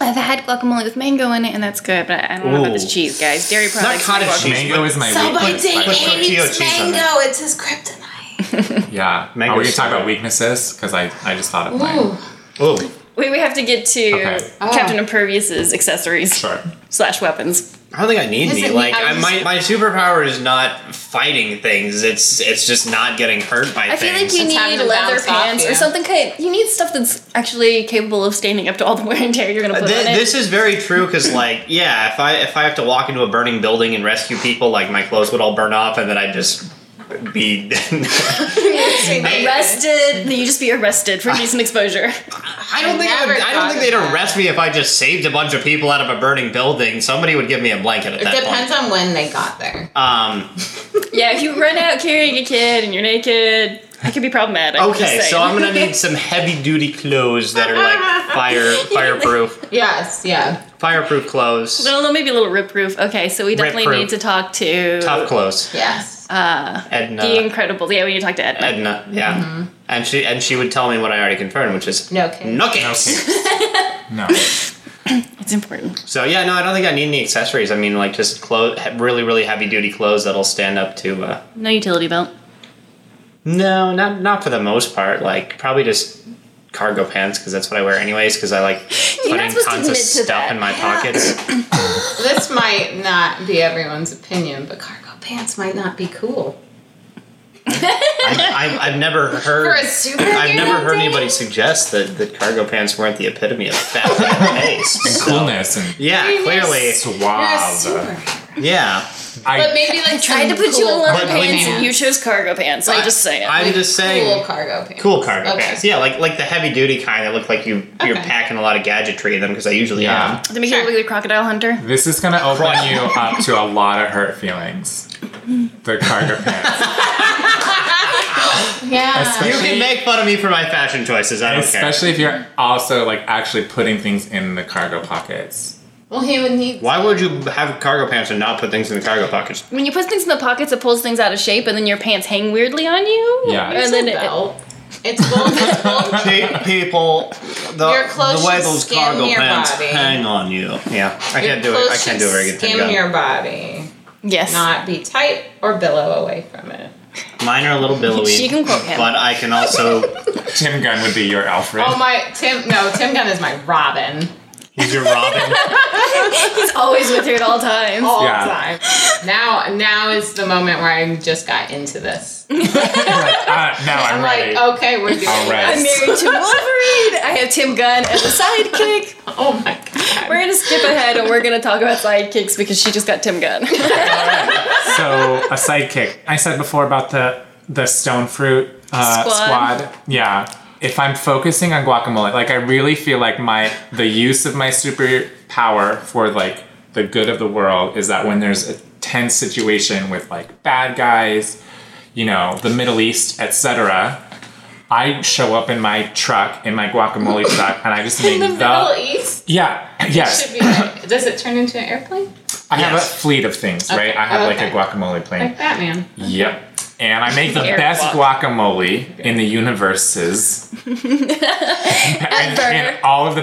E: I've had guacamole with mango in it, and that's good. But I don't know about this
G: Ooh.
E: cheese, guys. Dairy products.
G: cottage
E: guacamole.
G: cheese.
F: Mango is my
C: Somebody
F: weakness. by the way.
G: Amy- Tortilla
C: eats
G: cheese on
C: mango.
G: it.
C: It's his kryptonite.
F: Yeah.
G: Mango
F: Are we gonna talk
G: soda.
F: about weaknesses? Because I, I just thought of mine.
C: Ooh.
G: Oh,
E: Wait, we have to get to
F: Okay.
E: Captain
C: Oh.
E: Impervious's accessories
F: Sorry.
E: slash weapons.
G: I don't think I need
C: Yes, I
G: me.
C: mean,
G: Like
C: I
G: I
C: was-
G: my my superpower is not fighting things. It's it's just not getting hurt by
E: I feel
G: things.
E: like you
C: It's having
E: need
C: to
E: leather
C: bounce off
E: pants or
C: you.
E: something. Kind you need stuff that's actually capable of standing up to all the wear and tear you're gonna put
G: Th-
E: on it.
G: Uh, this is very true because like yeah if i if i have to walk into a burning building and rescue people like my clothes would all burn off and then i'd just be
E: arrested. You just be arrested
G: Ah.
E: for decent exposure.
G: i don't think I, would,
C: Never
G: I don't think they'd
C: thought of that.
G: arrest me if i just saved a bunch of people out of a burning building somebody would give me a blanket at
C: It
G: that
C: depends on when they got there.
G: point um
E: yeah, if you run out carrying a kid and you're naked, that could be problematic. Just
G: okay so
E: saying.
G: i'm gonna need some heavy duty clothes that are like fire fireproof
C: yes, yeah.
G: fireproof clothes
E: I don't know, maybe a little rip proof. Okay, so we definitely
G: Rip-proof.
E: need to talk to
G: tough clothes
C: Yes.
G: Uh, edna
E: the incredible. Yeah, we need to talk to Edna.
G: edna yeah
E: Mm-hmm.
G: and she and she would tell me what i already confirmed which is
C: No kidding.
G: nuggets.
F: No.
E: It's important.
G: So yeah, no, I don't think I need any accessories. I mean, like just clothes, really, really heavy duty clothes that'll stand up to. Uh,
E: No utility belt.
G: no, not not for the most part. Like probably just cargo pants because that's what I wear anyways. Because I like
E: You're not
G: putting
E: supposed to
G: tons of
E: admit to
G: stuff
E: that.
G: in my pockets.
C: This might not be everyone's opinion, but cargo pants might not be cool.
G: I, I've never
C: For a
G: heard.
C: super
G: I've never heard anybody suggest that, that cargo pants weren't the epitome of fat and taste. So-
F: Coolness and
G: Yeah, clearly.
F: suave.
G: Yeah.
C: But
F: I,
C: maybe like
E: Tried to put you in leather
G: But when
E: pants
G: you-
E: and you chose cargo pants. I'm just saying.
G: I'm just saying.
C: cool cargo pants.
G: Cool cargo
C: Okay.
G: pants. Yeah, like like the heavy duty kind that look like you you're
C: Okay.
G: packing a lot of gadgetry in them because I usually
F: Yeah.
E: to make you look like a crocodile hunter.
F: this is gonna open you up to a lot of hurt feelings. The cargo pants,
C: Yeah.
G: am. You
F: especially,
G: can make fun of me for my fashion choices. I don't care.
F: especially if you're also like actually putting things in the cargo pockets.
C: Well, he would need.
G: Why would you have cargo pants and not put things in the cargo pockets?
E: When you put things in the pockets, it pulls things out of shape, and then your pants hang weirdly on you.
F: Yeah.
E: and then it,
C: belt. It's both. It's both.
G: People, the,
C: Your clothes
G: the way
C: should
G: those
C: skim
G: cargo
C: your
G: pants
C: body.
G: hang on you. Yeah, I
C: Your
G: can't do it. I
C: clothes
G: can't
C: should
G: do a very good thing.
C: Skim
G: about it.
C: your body,
E: yes,
C: not be tight or billow away from it.
G: Mine are a little billowy,
E: She can quote him.
G: but I can also.
F: Tim Gunn would be your Alfred.
C: Oh my, Tim! No, Tim Gunn is my Robin
G: He's your Robin.
E: he's always with her at all times.
C: all
F: Yeah.
C: time. Now, now is the moment where I just got into this.
F: Ah, now I'm,
C: I'm
F: ready.
C: like, okay, we're doing
F: All right.
E: I'm married to Wolverine. I have Tim Gunn as a sidekick.
C: this. Oh my god!
E: We're gonna skip ahead and we're gonna talk about sidekicks because she just got Tim Gunn.
F: so a sidekick. I said before about the the stone fruit uh,
E: Squad.
F: squad. Yeah. If I'm focusing on guacamole, like I really feel like my the use of my superpower for like the good of the world is that when there's a tense situation with like bad guys, you know, the Middle East, etc. I show up in my truck, in my guacamole truck, and I just make
C: in the
F: the,
C: Middle East.
F: yeah, yes.
C: Should be right. Does it turn into an airplane?
F: I have a
G: Yes.
F: fleet of things, right? I have
C: Okay.
F: like a guacamole plane.
C: Like Batman.
F: Yep. And I make the
E: Air
F: best
E: guac.
F: guacamole in the universes. in,
E: Ever.
F: in all of the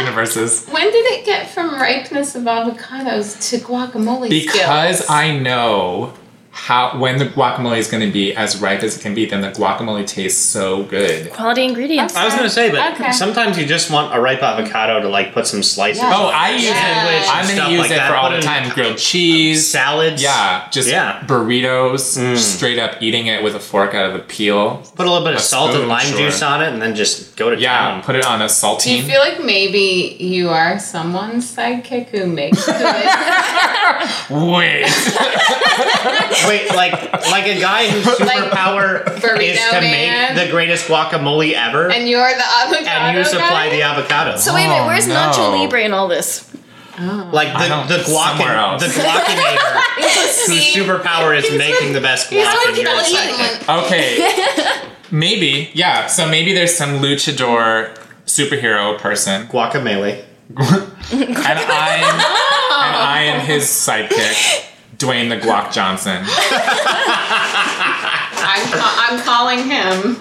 F: universes.
C: When did it get from ripeness of avocados to guacamole
F: Because
C: skills?
F: I know how when the guacamole is going to be as ripe as it can be, then the guacamole tastes so good.
E: Quality ingredients.
G: I was gonna say, but
C: Okay.
G: sometimes you just want a ripe avocado to like put some slices.
C: Yeah.
F: Oh, I use
C: Sandwich
F: it.
C: and
F: I'm
G: stuff
F: gonna use
G: like
F: it
G: that.
F: for all
G: Put
F: the
G: it in
F: time. Grilled cheese,
G: Salads.
F: Yeah, just
G: Yeah. Mm.
F: burritos. Straight up eating it with a fork out of a peel.
G: Put a little bit of
F: A
G: salt and
F: spoon,
G: lime
F: sure.
G: juice on it, and then just go to
F: Yeah,
G: town.
F: put it on a
C: Do you
F: saltine.
C: feel like maybe you are someone's sidekick who makes good,
F: Wait.
G: Wait, like like a guy whose
C: Like
G: superpower
C: burrito
G: is to
C: man.
G: make the greatest guacamole ever, and,
C: and you're the avocado
G: you supply
C: guy?
G: the avocado.
E: so wait a minute,
F: Oh,
E: where's
F: no.
E: Nacho Libre in all this?
G: like
F: I don't-
G: the the
F: somewhere
G: guac
F: else.
G: the guacinator whose superpower is making the best guac.
C: How
G: and
C: many
G: you're
C: people
G: a
C: eat
G: sidekick.
C: one-
F: Okay. maybe. Yeah. So maybe there's some luchador superhero person.
G: Guacamole.
F: And I'm and I am his sidekick, Dwayne the Guac Johnson.
C: I'm, ca- I'm calling him.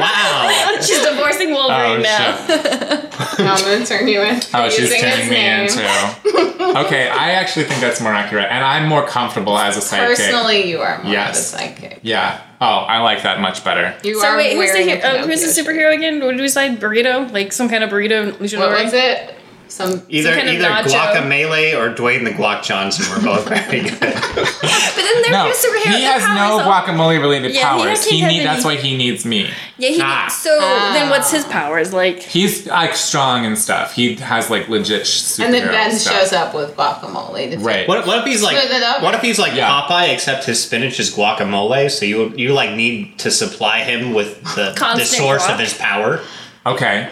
G: Wow.
E: She's divorcing Wolverine now.
F: Oh, shit.
C: I'm gonna turn you in.
F: Oh, she's
C: using his
F: turning me
C: name.
F: in too. Okay, I actually think that's more accurate. And I'm more comfortable as a sidekick.
C: Personally, you are more
F: Yes.
C: of a sidekick.
F: Yeah. Oh, I like that much better.
C: You
E: So
C: are
E: wait, who's the,
C: wearing
E: hero,
C: a
E: who's the
C: Pinocchio
E: superhero again? What did we say? Burrito? Like some kind of burrito?
C: shirt. What was it? Some
G: Either
E: kind of
G: either
E: nacho.
G: Guacamele or Dwayne the Guac Johnson were both very good.
E: But then they're
F: No,
E: superhero.
F: he has no guacamole related
E: Yeah, he
F: powers.
E: doesn't
F: He
E: have
F: need, that's
E: any.
F: why he needs me.
E: Yeah, he.
F: Ah.
E: So then, what's his powers like?
F: He's like strong and stuff. He has like legit sh- superhero
C: and then Ben
F: stuff.
C: shows up with guacamole. To
F: Right.
G: What, what if he's like
C: Split it up.
G: what if he's like
F: Yeah.
G: Popeye except his spinach is guacamole so you you like need to supply him with the, the
E: Constant
G: source
E: guac.
G: of his power
F: Okay.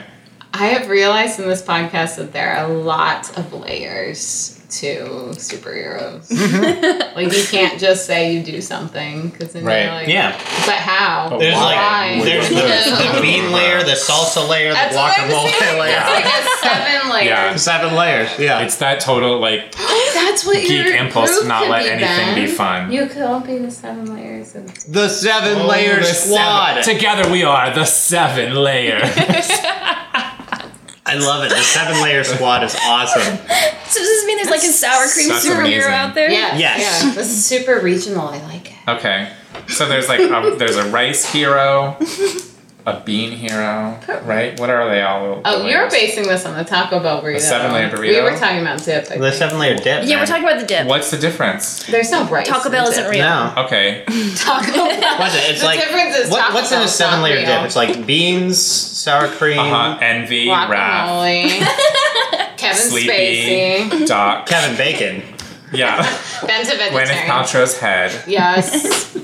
C: I have realized in this podcast that there are a lot of layers to superheroes. like you can't just say you do something because then
F: Right. Oh,
C: you're like,
G: yeah
C: But how?
G: there's
C: Why?
G: like there's the, the bean layer the salsa layer the
C: That's what I'm
G: guacamole
C: saying.
G: layer
C: It's like a seven layer.
F: Yeah.
G: seven layers yeah
F: It's that total like
C: That's what
F: geek
C: your
F: impulse
C: group
F: to not
C: could
F: let
C: be,
F: anything be
C: Ben.
F: fun.
C: You could all be the seven layers. Of-
G: the seven layer
F: Oh, The
G: squad
F: seven- Together we are the seven layer.
G: I love it the seven layer squad is awesome
E: So does this mean there's like a sour cream
F: That's
E: superhero
F: amazing.
E: out there?
C: yes,
G: Yes.
C: Yeah. This is super regional. I like it.
F: okay. So there's like a, there's a rice hero, a bean hero, right? What are they all? the
C: Oh, you're
F: layers?
C: basing this on the Taco Bell burrito.
F: seven-layer
C: We
F: burrito?
C: were talking about dip. I
G: the
C: think.
G: seven layer dip
E: Yeah,
G: man.
E: we're talking about the dip.
F: What's the difference?
C: There's no rice.
E: Taco
C: in
E: Bell
C: dip.
E: isn't real.
G: no
F: Okay.
C: Taco Bell.
G: What's it? It's
C: The
G: like
C: difference is
G: what,
C: Taco
G: what's in a
C: Bell's not
G: seven layer
C: real.
G: dip? It's like beans, sour cream,
F: Uh-huh. Envy, wrath,
C: Guacamole. Kevin
F: sleepy,
C: Spacey.
F: doc.
G: Kevin Bacon.
F: Yeah.
C: Ben's a
F: Gwyneth
C: vegetarian.
F: Paltrow's head.
C: Yes.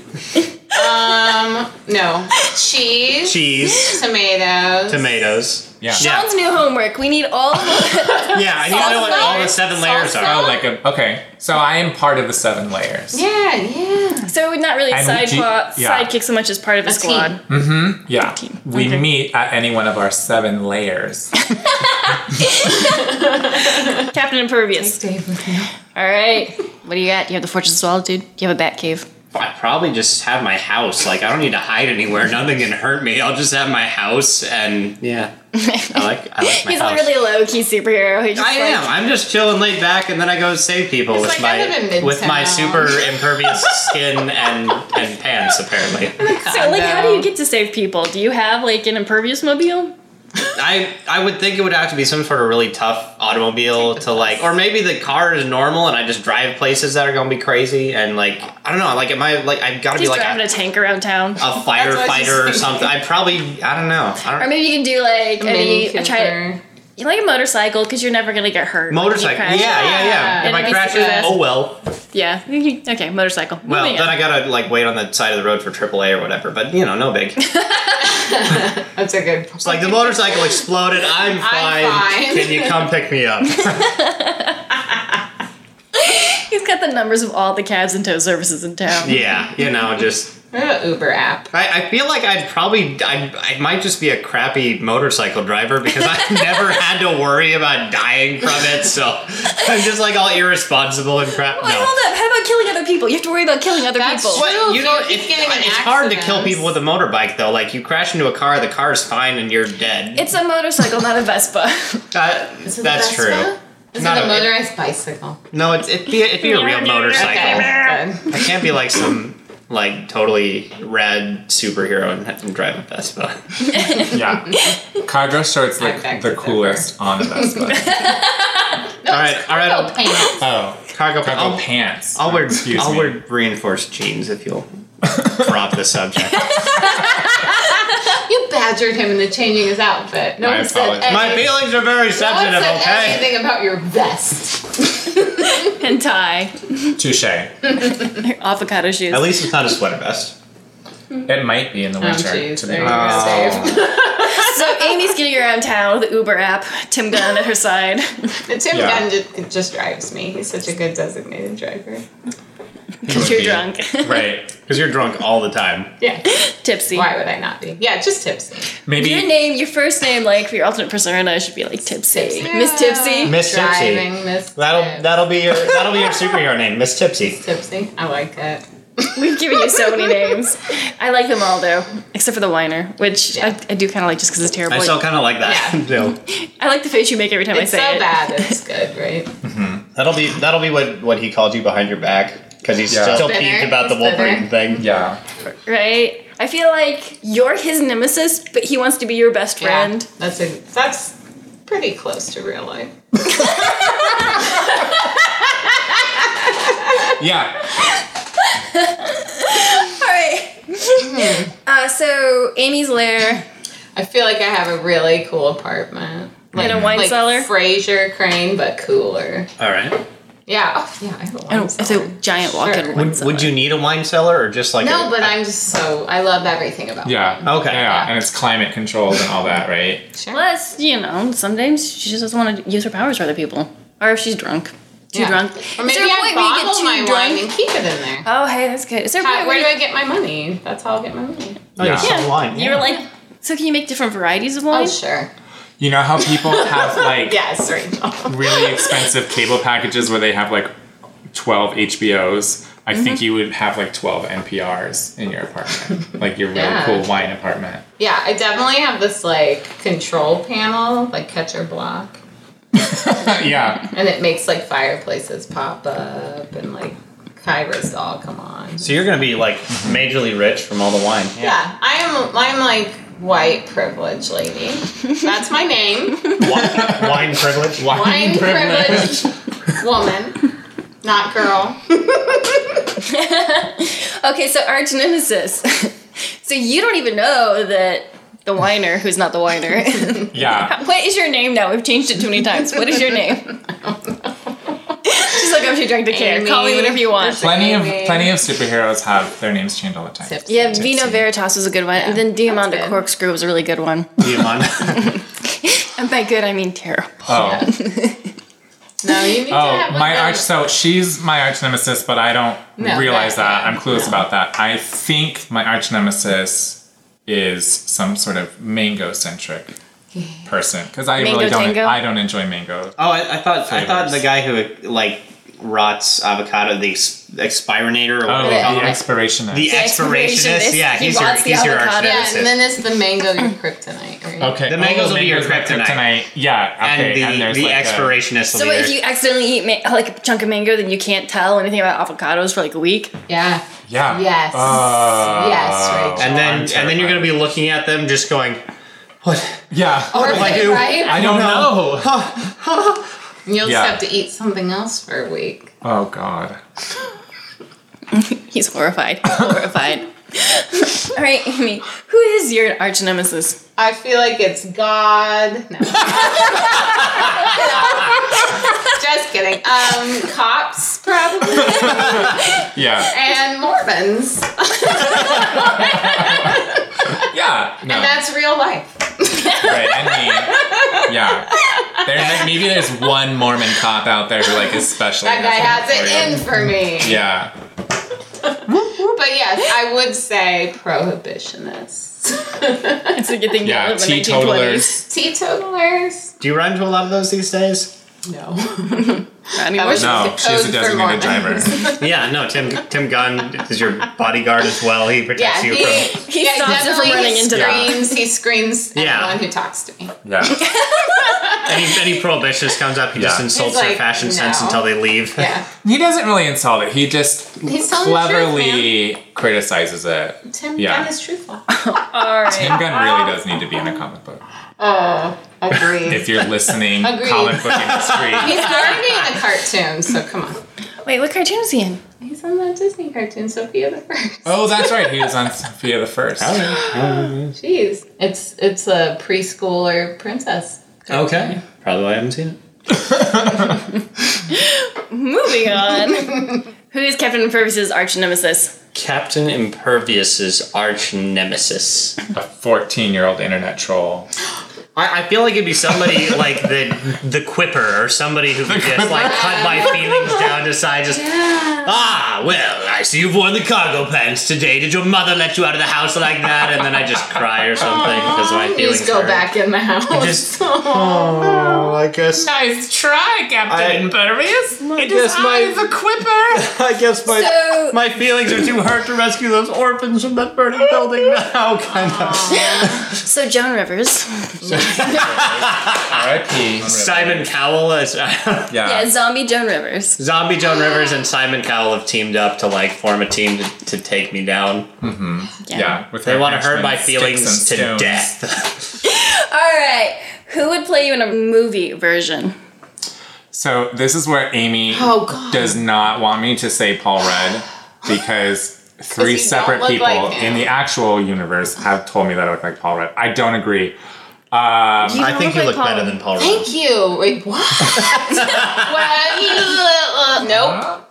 C: um. No. Cheese.
G: cheese,
C: Tomatoes.
G: tomatoes.
F: Yeah.
E: Sean's new homework. We need all.
G: Yeah, I need to know what all the seven layers
F: Oh,
G: are.
F: like a okay. So I am part of the seven layers.
C: Yeah. Yeah.
E: so it would not really
F: And
E: side
F: do-
E: plot,
F: yeah.
E: sidekick so much as part of a,
C: A
E: squad.
C: team.
F: Yeah.
E: Team.
F: We
E: Okay.
F: meet at any one of our seven layers.
E: Captain Impervious. All right. What do you got? You have the Fortress of Solitude. You have a bat cave.
G: Oh, I probably just have my house. Like I don't need to hide anywhere. Nothing can hurt me. I'll just have my house and yeah. I like I like my
E: He's
G: house.
E: literally a low key superhero. He just like,
G: I am. I'm just chill and laid back, and then I go save people with
C: like I live
G: my
C: in
G: with my
C: Midtown.
G: super impervious skin and and pants. Apparently,
E: So like, how do you get to save people? Do you have like an impervious mobile?
G: I I would think it would have to be some sort of really tough automobile to like, or maybe the car is normal and I just drive places that are gonna be crazy and like I don't know. Like am I like I've got to be
E: He's
G: like
E: driving
G: a,
E: a tank around town.
G: a
C: what I was
G: firefighter or
C: just
G: something. I probably I don't know. I
E: Or
G: don't
E: maybe you can do like any.
C: Mini
E: I try
C: Cooper.
E: you like a motorcycle because you're never gonna get hurt. when you
G: motorcycle. Yeah,
E: crash.
G: yeah, yeah.
E: And at
G: If I
E: least
G: crash
E: it's
G: it,
E: fast.
G: oh well.
E: yeah. okay, motorcycle.
G: Well,
E: Moving
G: then
E: on.
G: I gotta like wait on the side of the road for AAA or whatever. But you know, no big. It's
C: That's a good.
G: like the motorcycle exploded. I'm fine.
C: fine.
G: Can you come pick me up?
E: He's got the numbers of all the cabs and tow services in town.
G: yeah, you know, just
C: What about uh, Uber app?
G: I, I feel like I'd probably I, I might just be a crappy motorcycle driver because I've never had to worry about dying from it. So I'm just like all irresponsible and crap.
E: Wait,
G: No.
E: hold up. How about killing other people? You have to worry about killing other
C: That's
E: people.
C: what-
G: But you
C: True,
G: know,
C: you keep
G: it's,
C: getting in
G: it's hard to kill
C: accidents.
G: people with a motorbike though. Like you crash into a car, the car is fine, and you're dead.
E: It's a motorcycle, not a Vespa.
G: Uh,
C: it the
G: that's
C: Vespa?
G: true.
C: This
G: Not
C: is a
G: a-
C: motorized bicycle.
G: No, it's, it'd be it'd be a real motorcycle.
C: Okay. good.
G: I can't be like some like totally rad superhero and, and drive a Vespa.
F: Yeah. Cargo shorts look
C: I beg
F: the
C: to differ.
F: coolest on a Vespa.
G: all right, all right.
C: Oh,
G: I'll,
C: pants.
F: oh.
G: cargo,
F: Cargo
G: I'll-
F: pants.
G: I'll wear
F: Excuse
G: I'll
F: me.
G: wear reinforced jeans if you'll drop the subject.
C: You badgered him into changing his outfit. No
F: I
C: one said
F: apologize.
C: anything.
G: My feelings are very
C: no one
G: sensitive.
C: said
G: Okay.
C: anything about your vest.
E: and tie.
F: Touche. It
E: Avocado shoes.
G: At least it's not a sweater vest.
F: might be in the
C: Oh,
F: winter.
C: jeez.
F: to
C: There
F: be
C: you
F: honest.
C: go.
G: Oh.
C: Dave.
E: So Amy's getting around town with the Uber app, Tim Gunn at her side.
C: And Tim
F: Yeah.
C: Gunn just, just drives me. He's such a good designated driver.
E: Because you're drunk.
F: Right.
G: Because you're drunk all the time.
C: Yeah.
E: Tipsy.
C: Why would I not be? Yeah, just tipsy.
E: Your
F: Maybe
E: name, your first name, like for your alternate persona, should be like Tipsy.
C: Tipsy.
E: Miss Tipsy.
G: Miss
C: Driving,
G: Tipsy.
C: Miss
G: That'll that'll be your that'll be your superhero name, Miss Tipsy.
C: Tipsy. I like it.
E: We've given you so many names. I like them all though, except for the whiner, which I, I do kind of like just because it's terrible.
G: I still kind of like that.
C: Yeah.
G: No.
E: I like the face you make every time
C: It's
E: I
C: so
E: say it.
C: bad. It's good, right?
G: That'll be that'll be what what he called you behind your back because he's
F: Yeah.
G: still
C: Spinner.
G: peeved about the
C: Spinner.
G: Wolverine thing.
F: yeah.
E: Right? I feel like you're his nemesis, but he wants to be your best
C: Yeah.
E: friend.
C: That's a that's pretty close to real life.
F: Yeah.
E: All right. uh, so Amy's lair
C: I feel like I have a really cool apartment.
E: in a wine
C: like
E: cellar.
C: Fraser Crane, but cooler.
G: All right.
C: Yeah. Oh, yeah. I have a wine
E: Oh, it's
C: cellar.
E: a giant walk-in
C: Sure.
E: wine
G: Would,
E: cellar.
G: would you need a wine cellar or just like
C: No,
G: a,
C: but I'm just so I love everything about.
F: Yeah.
G: Okay.
F: Yeah, and it's climate controlled and all that, right?
C: it. Sure.
E: Plus, you know, sometimes she just doesn't want to use her powers for other people, or if she's drunk, too
C: Yeah.
E: drunk.
C: Or
E: Is
C: maybe
E: there a
C: I
E: point where you get
C: bottle
E: too
C: my
E: drunk?
C: wine and keep it in there.
E: Oh, hey, that's good. Is there a
C: How,
E: point
C: where
E: where
C: do
E: you,
C: I get my money? That's how I'll get my money.
G: Oh, you
F: Yeah.
G: sell wine?
E: you were like, so can you make different varieties of wine?
C: Oh, sure.
F: You know how people have like
C: Yes, Rachel.
F: really expensive cable packages where they have like 12 HBOs? I
C: Mm-hmm.
F: think you would have like 12 NPRs in your apartment, like your really
C: Yeah.
F: cool wine apartment.
C: Yeah, I definitely have this like control panel, like catcher block,
F: yeah.
C: and it makes like fireplaces pop up and like Kairos all come on.
G: So you're gonna be like majorly rich from all the wine.
C: Yeah, I am. I'm like white privileged lady. That's my name,
G: Wine, wine privilege. Wine.
C: wine privileged woman, not girl.
E: Okay, so arch nemesis. so you don't even know that the whiner, who's not the whiner.
F: Yeah.
E: what is your name now? We've changed it too many times. What is your name? She's like, I'm too drunk to care. Call me
C: Amy.
E: whatever you want.
F: Plenty of
C: Amy.
F: plenty of superheroes have their names changed all the time.
E: Yeah, Vino Veritas was a good one, and then Diamond
C: good.
E: Corkscrew was a really good one. And by good, I mean terrible.
F: Oh.
C: No, you need to have
F: Oh,
C: like
F: my
C: a-
F: arch. So she's my arch nemesis, but I don't
C: No,
F: realize
C: that's
F: that. I'm clueless about that. I think my arch nemesis is some sort of mango centric person because I
E: Mango
F: really don't.
E: tango?
F: I don't enjoy mango.
G: Oh, I, I thought I thought
F: Flavors.
G: the guy who like rots avocado, the ex- expirinator, or
F: Oh,
G: whatever.
F: the
E: yeah.
F: expirationist.
G: the expirationist.
E: expirationist.
G: Yeah,
E: He
G: he's your
E: rots the
G: he's your arch
E: avocado.
C: Yeah,
G: nemesis.
C: and then it's the mango your kryptonite, right?
F: okay. Oh,
G: The mangoes will be your
F: mango's my
G: kryptonite.
F: Yeah.
G: And
F: Okay.
G: the,
F: there's
G: the
F: like a-
G: expirationist. will
E: So
G: be
E: if
G: there.
E: you accidentally eat ma- like a chunk of mango, then you can't tell anything about avocados for like a week.
F: Oh.
C: Yeah.
F: yeah.
C: Yes.
F: Oh.
C: Yes, Rachel.
G: and
F: I'm
G: then and then you're gonna be looking at them, just going, "What?
F: Yeah.
C: Or
G: do I
C: like,
G: do?
C: right?
F: I don't know.
C: And You'll
F: Yeah.
C: just have to eat something else for a week.
F: Oh God.
E: He's horrified. horrified. All right, Amy, who is your arch nemesis?
C: I feel like it's God. No. just kidding. Um, cops probably
F: Yeah.
C: and Mormons.
F: Yeah. No.
C: And that's real life.
F: Right, I mean, yeah. There's like, maybe there's one Mormon cop out there who like is special.
C: That guy has it in for me.
F: Yeah,
C: But yes, I would say prohibitionists.
E: It's a good thing
F: yeah.
E: you live in the 1920s.
F: Teetotalers.
C: Teetotalers?
G: Do you run into a lot of those these days?"
C: No.
E: I mean, we're-
C: That was-
F: No,
C: It's the
F: she's a
C: code for
F: designated driver.
C: Mormons.
G: Yeah, no. Tim Tim Gunn is your bodyguard as well. He protects
C: Yeah,
G: you
C: he,
G: from.
E: he
C: yeah,
E: stops her from
C: definitely
E: running into that.
C: screams, He screams at
G: Yeah.
C: anyone who talks to me.
F: Yeah,
G: Any any prohibitionist comes up, he just
F: Yeah.
G: insults
C: He's
G: their
C: like,
G: fashion sense
C: "No."
G: until they leave.
C: Yeah.
F: he doesn't really insult it. He just
C: He's telling the truth,
F: cleverly criticizes it.
C: Tim
F: Yeah.
C: Gunn is truthful.
E: All right.
F: Tim Gunn really does need to be in a comic book.
C: Oh, Agreed.
F: If you're listening,
C: Agreed.
F: comic book industry.
C: He's already in a cartoon, so come on.
E: Wait, what cartoon was he in?
C: He's in that Disney cartoon, Sophia the First.
F: Oh, that's right. He was on Sophia the First.
C: Jeez, it's it's a preschooler princess.
G: Okay. Probably why I haven't seen it.
E: Moving on. who is Captain Purvis's arch nemesis?
G: Captain Impervious's arch nemesis.
F: A 14 year old internet troll.
G: I, I feel like it'd be somebody like the the quipper or somebody who could just like cut my feelings down to size. Just ah, well, I see you've worn the cargo pants today. Did your mother let you out of the house like that? And then I just cry or something because my
C: You
G: feelings
C: just go
G: hurt.
C: back in the house.
G: Just-
C: Aw.
G: Oh, I guess
F: Nice try, Captain Impervious. It is I, the Quipper.
G: I guess my
E: So-
G: my feelings are too hurt to rescue those orphans from that burning building now. Kind of.
E: So Joan Rivers.
F: Uh-huh. R.I.P.
G: Simon Cowell as
E: Yeah,
F: Yeah.
E: zombie Joan Rivers.
G: Zombie Joan Rivers and Simon Cowell have teamed up to like form a team to, to take me down.
F: Yeah. With
G: They
F: her
G: want to hurt my
F: henchmen, sticks
G: feelings
F: and
G: to
F: stones.
G: death.
E: All right. Who would play you in a movie version?
F: So this is where Amy
C: Oh, God.
F: does not want me to say Paul Rudd because three
C: you don't
F: separate
C: look
F: people
C: like him.
F: in the actual universe have told me that I look like Paul Rudd. I don't agree.
E: You
D: I
E: don't
D: think you look
E: like Paul.
D: better than Paul Rudd.
C: Thank you. Wait, what? what? Nope.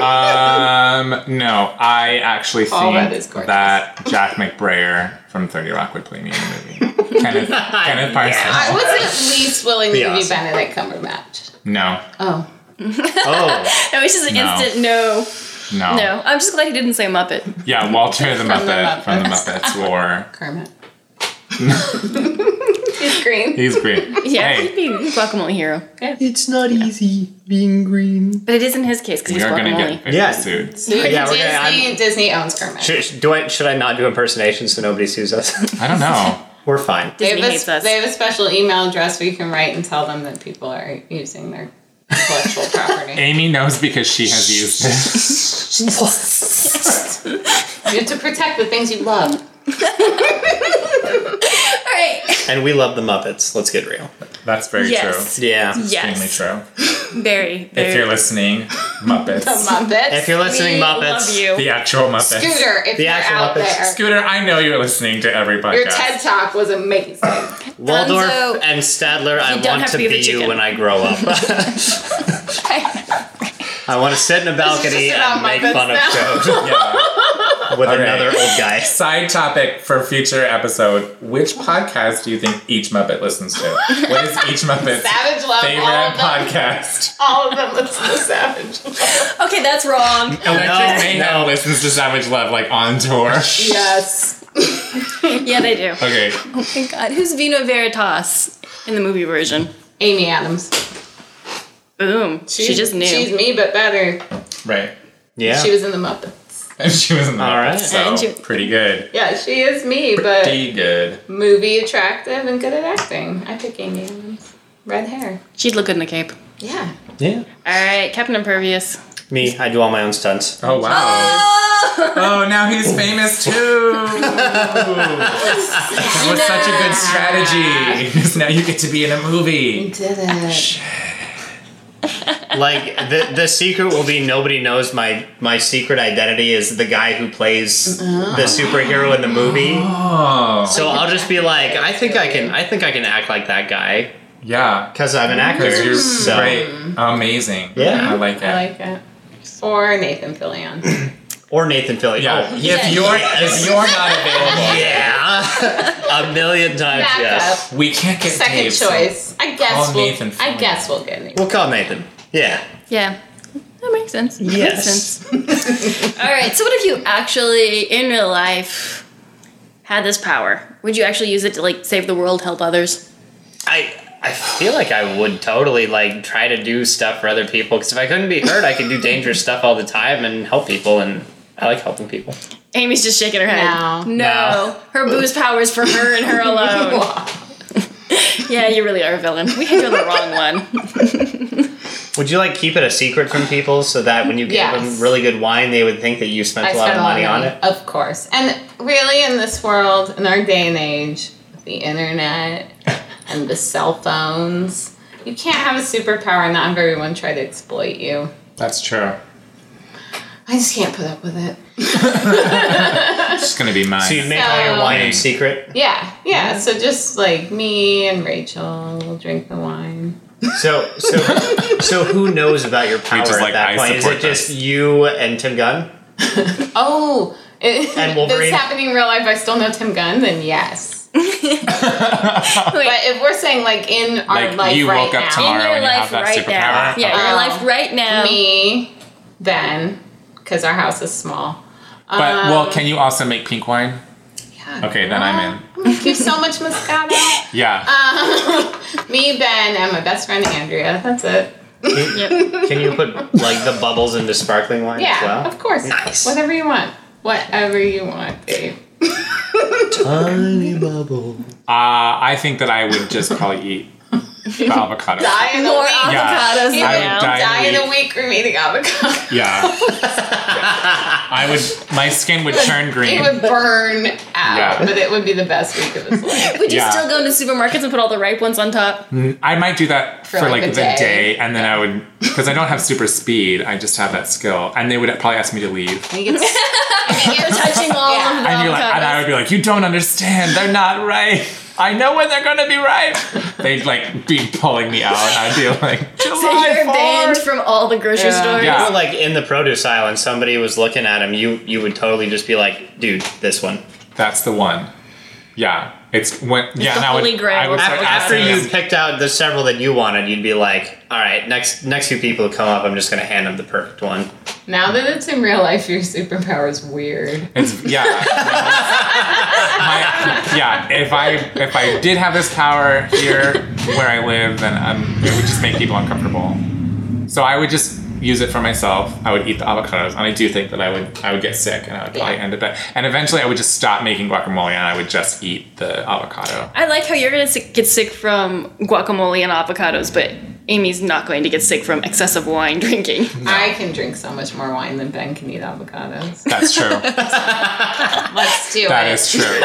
F: Um, no, I actually
C: Paul Rudd is
F: think
C: gorgeous.
F: that Jack McBrayer from Thirty Rock would play me in the movie. Kenneth, Kenneth Parsons.
C: I was at least willing
D: Be
C: to be
D: awesome.
C: Benedict Cumberbatch.
F: No,
C: Oh.
D: Oh,
E: No, it's just an
F: No.
E: instant no.
F: no,
E: No. I'm just glad he didn't say Muppet.
F: Yeah, Walter the
C: the
F: Muppet from the
C: Muppets.
F: Muppets. Or
C: Kermit. He's green.
F: he's green.
E: Yeah,
F: Hey.
E: he'd be he's guacamole hero.
D: it's not easy being green.
E: But it isn't his case because
F: We
E: he's
F: are gonna
E: guacamole.
F: get fifty
G: Yeah.
F: suits.
D: Yeah, we're
C: Disney,
D: gonna- I'm-
C: Disney owns Kermit.
G: Should, do I, should I not do impersonations so nobody sues us?
F: I don't know.
G: We're fine.
C: They
E: Disney
C: have, a,
E: hates us.
C: they have a special email address where you can write and tell them that people are using their intellectual property.
F: Amy knows because she has used it.
C: You have to protect the things you love.
E: All right.
G: And we love the Muppets. Let's get real.
F: That's very
E: Yes.
F: true.
G: Yeah.
E: Yes.
F: Extremely true.
E: Very,
F: If you're
E: very.
F: listening, Muppets.
C: Muppets.
G: If you're listening,
E: We
G: Muppets.
E: love you.
F: The actual Muppets.
C: Scooter, if
G: The
C: you're
G: actual
C: out
G: Muppets.
C: there.
F: Scooter, I know you're listening to every podcast.
C: Your TED Talk was amazing.
G: Waldorf
E: Gonzo,
G: and Stadler, I
E: don't
G: want
E: have
G: to
E: to be
G: be,
E: the
G: you
E: chicken.
G: when I grow up. I want to sit in a balcony
C: just about
G: and make
C: Muppets
G: fun
C: now.
G: of jokes
F: Yeah.
G: with
F: Okay.
G: another old guy.
F: Side topic for future episode: Which podcast do you think each Muppet listens to? What is each Muppet's
C: Savage Love, all
F: favorite
C: of them.
F: podcast?
C: All of them listen to Savage.
E: Okay, that's wrong.
F: Electric Mayhem
G: no.
F: listens to Savage Love like on tour.
C: Yes.
E: Yeah, they do.
F: Okay,
E: Oh my god. Who's Vino Veritas in the movie version?
C: Amy Adams.
E: Boom. she
C: She's-
E: just knew.
C: She's me, but better.
F: right.
G: Yeah.
C: She was in the Muppets.
F: And she was in the
G: All
F: Muppets,
G: right.
F: so
E: And she-
F: pretty good.
C: Yeah, she is me, but
F: Pretty good.
C: movie attractive and good at acting. I pick Amy Adams. Red hair.
E: She'd look good in a cape.
C: Yeah.
G: Yeah.
E: All right, Captain Impervious.
G: Me, I do all my own stunts.
F: Oh wow. Oh, now he's famous too. that was such a good strategy. Because now you get to be in a movie.
C: Did it.
G: Like the the secret will be nobody knows my my secret identity is the guy who plays the superhero in the movie.
F: Oh,
G: So I'll just be like, I think I can I think I can act like that guy
F: yeah.
G: cuz I'm an actor.
F: Because you're
G: so
F: great, amazing.
G: Yeah.
F: I like it.
C: I like it. Or Nathan Fillion.
G: or Nathan Fillion.
F: yeah.
G: Oh,
F: If
E: Yes.
F: you're if you're not available,
G: yeah. A million times
C: Back
G: yes.
C: up.
F: we can't get
C: Second
F: Dave, so-
C: choice. I guess
F: Call
C: we'll.
F: Nathan
C: I
F: Fillion.
C: guess we'll get Nathan.
G: We'll call Nathan. Yeah.
E: Yeah. That makes sense. That
G: Yes.
E: Makes sense. All right, so what if you actually, in real life, had this power? Would you actually use it to, like, save the world, help others?
G: I I feel like I would totally like try to do stuff for other people because if I couldn't be hurt, I could do dangerous stuff all the time and help people, and I like helping people.
E: Amy's just shaking her head.
C: No.
E: No. Her booze powers for her and her alone. yeah, you really are a villain. We had you on the wrong one.
G: Would you like keep it a secret from people so that when you gave
C: Yes.
G: them really good wine, they would think that you spent
C: I
G: a lot
C: spent
G: of money on it?
C: Of course. And really, in this world, in our day and age, with the internet and the cell phones, you can't have a superpower and not have everyone try to exploit you.
F: That's true.
C: I just can't put up with it.
F: It's gonna be mine.
G: So you'd make all your
C: So-
G: wine in secret.
C: Yeah, yeah. So just like me and Rachel will drink the wine.
G: So so so who knows about your power
F: just
G: at
F: like,
G: that
F: I
G: point? Is it
F: support
G: just you and Tim Gunn?
C: Oh, it,
G: And
C: this
G: Wolverine?
C: happening in real life. I still know Tim Gunn. Then yes. But if we're saying like in our
F: Like,
C: life
F: you
C: right
F: woke up
C: now,
E: In
F: tomorrow. Alright,
E: your
F: when you
E: life
F: have that
E: right now.
F: superpower.
E: Yeah, your
C: Oh.
E: life right now.
C: me, Ben, because our house is small.
F: but
C: Um,
F: well, can you also make pink wine?
C: Yeah.
F: Okay, then I'm in.
C: Thank you so much, Moscato.
F: Yeah.
C: um, me, Ben, and my best friend Andrea. That's it.
E: Yep.
G: Can you put like the bubbles into sparkling wine
C: Yeah,
G: as well?
C: of course.
G: Nice.
C: Whatever you want. Whatever you want, babe.
G: Tiny bubble.
F: Uh, I think that I would just probably eat The avocado.
C: Die in a
E: More
C: week.
E: avocados
F: Yeah. I would
E: now.
F: die.
C: Die in a week from eating avocado.
F: Yeah. I would. My skin would turn green.
C: It would burn out,
F: Yeah.
C: but it would be the best week of his life.
E: Would you
F: Yeah.
E: still go into supermarkets and put all the ripe ones on top?
F: I might do that for, like, the day. and then I would because I don't have super speed. I just have that skill, and they would probably ask me to leave.
C: And you get-
E: You're touching all
C: Yeah.
E: of the
F: And,
E: avocados.
F: you're like, and I would be like, you don't understand. They're not ripe. I know when they're gonna be ripe. They'd like be pulling me out. And I'd be like,
E: so
F: July
E: you're banned
F: 4th.
E: from all the grocery
C: Yeah.
E: stores.
F: Yeah.
G: Or like in the produce aisle and somebody was looking at him, you you would totally just be like, dude, this one.
F: That's the one. Yeah, it's when. yeah,
E: the
F: and I would-
E: holy grail
F: I would
E: of
F: start
G: After,
E: avocados.
F: asking
G: after you
F: them-
G: picked out the several that you wanted, you'd be like, all right, next next few people who come up, I'm just gonna hand them the perfect one.
C: now that it's in real life, your superpower is weird.
F: It's yeah. My- yeah, if I if I did have this power here where I live, then um, it would just make people uncomfortable. So I would just use it for myself. I would eat the avocados, and I do think that I would I would get sick, and I would probably end up. At, and eventually, I would just stop making guacamole, and I would just eat the avocado.
E: I like how you're gonna si- get sick from guacamole and avocados, but Amy's not going to get sick from excessive wine drinking.
C: I can drink so much more wine than Ben can eat avocados.
F: That's true.
C: Let's do
F: that
C: it.
F: is true.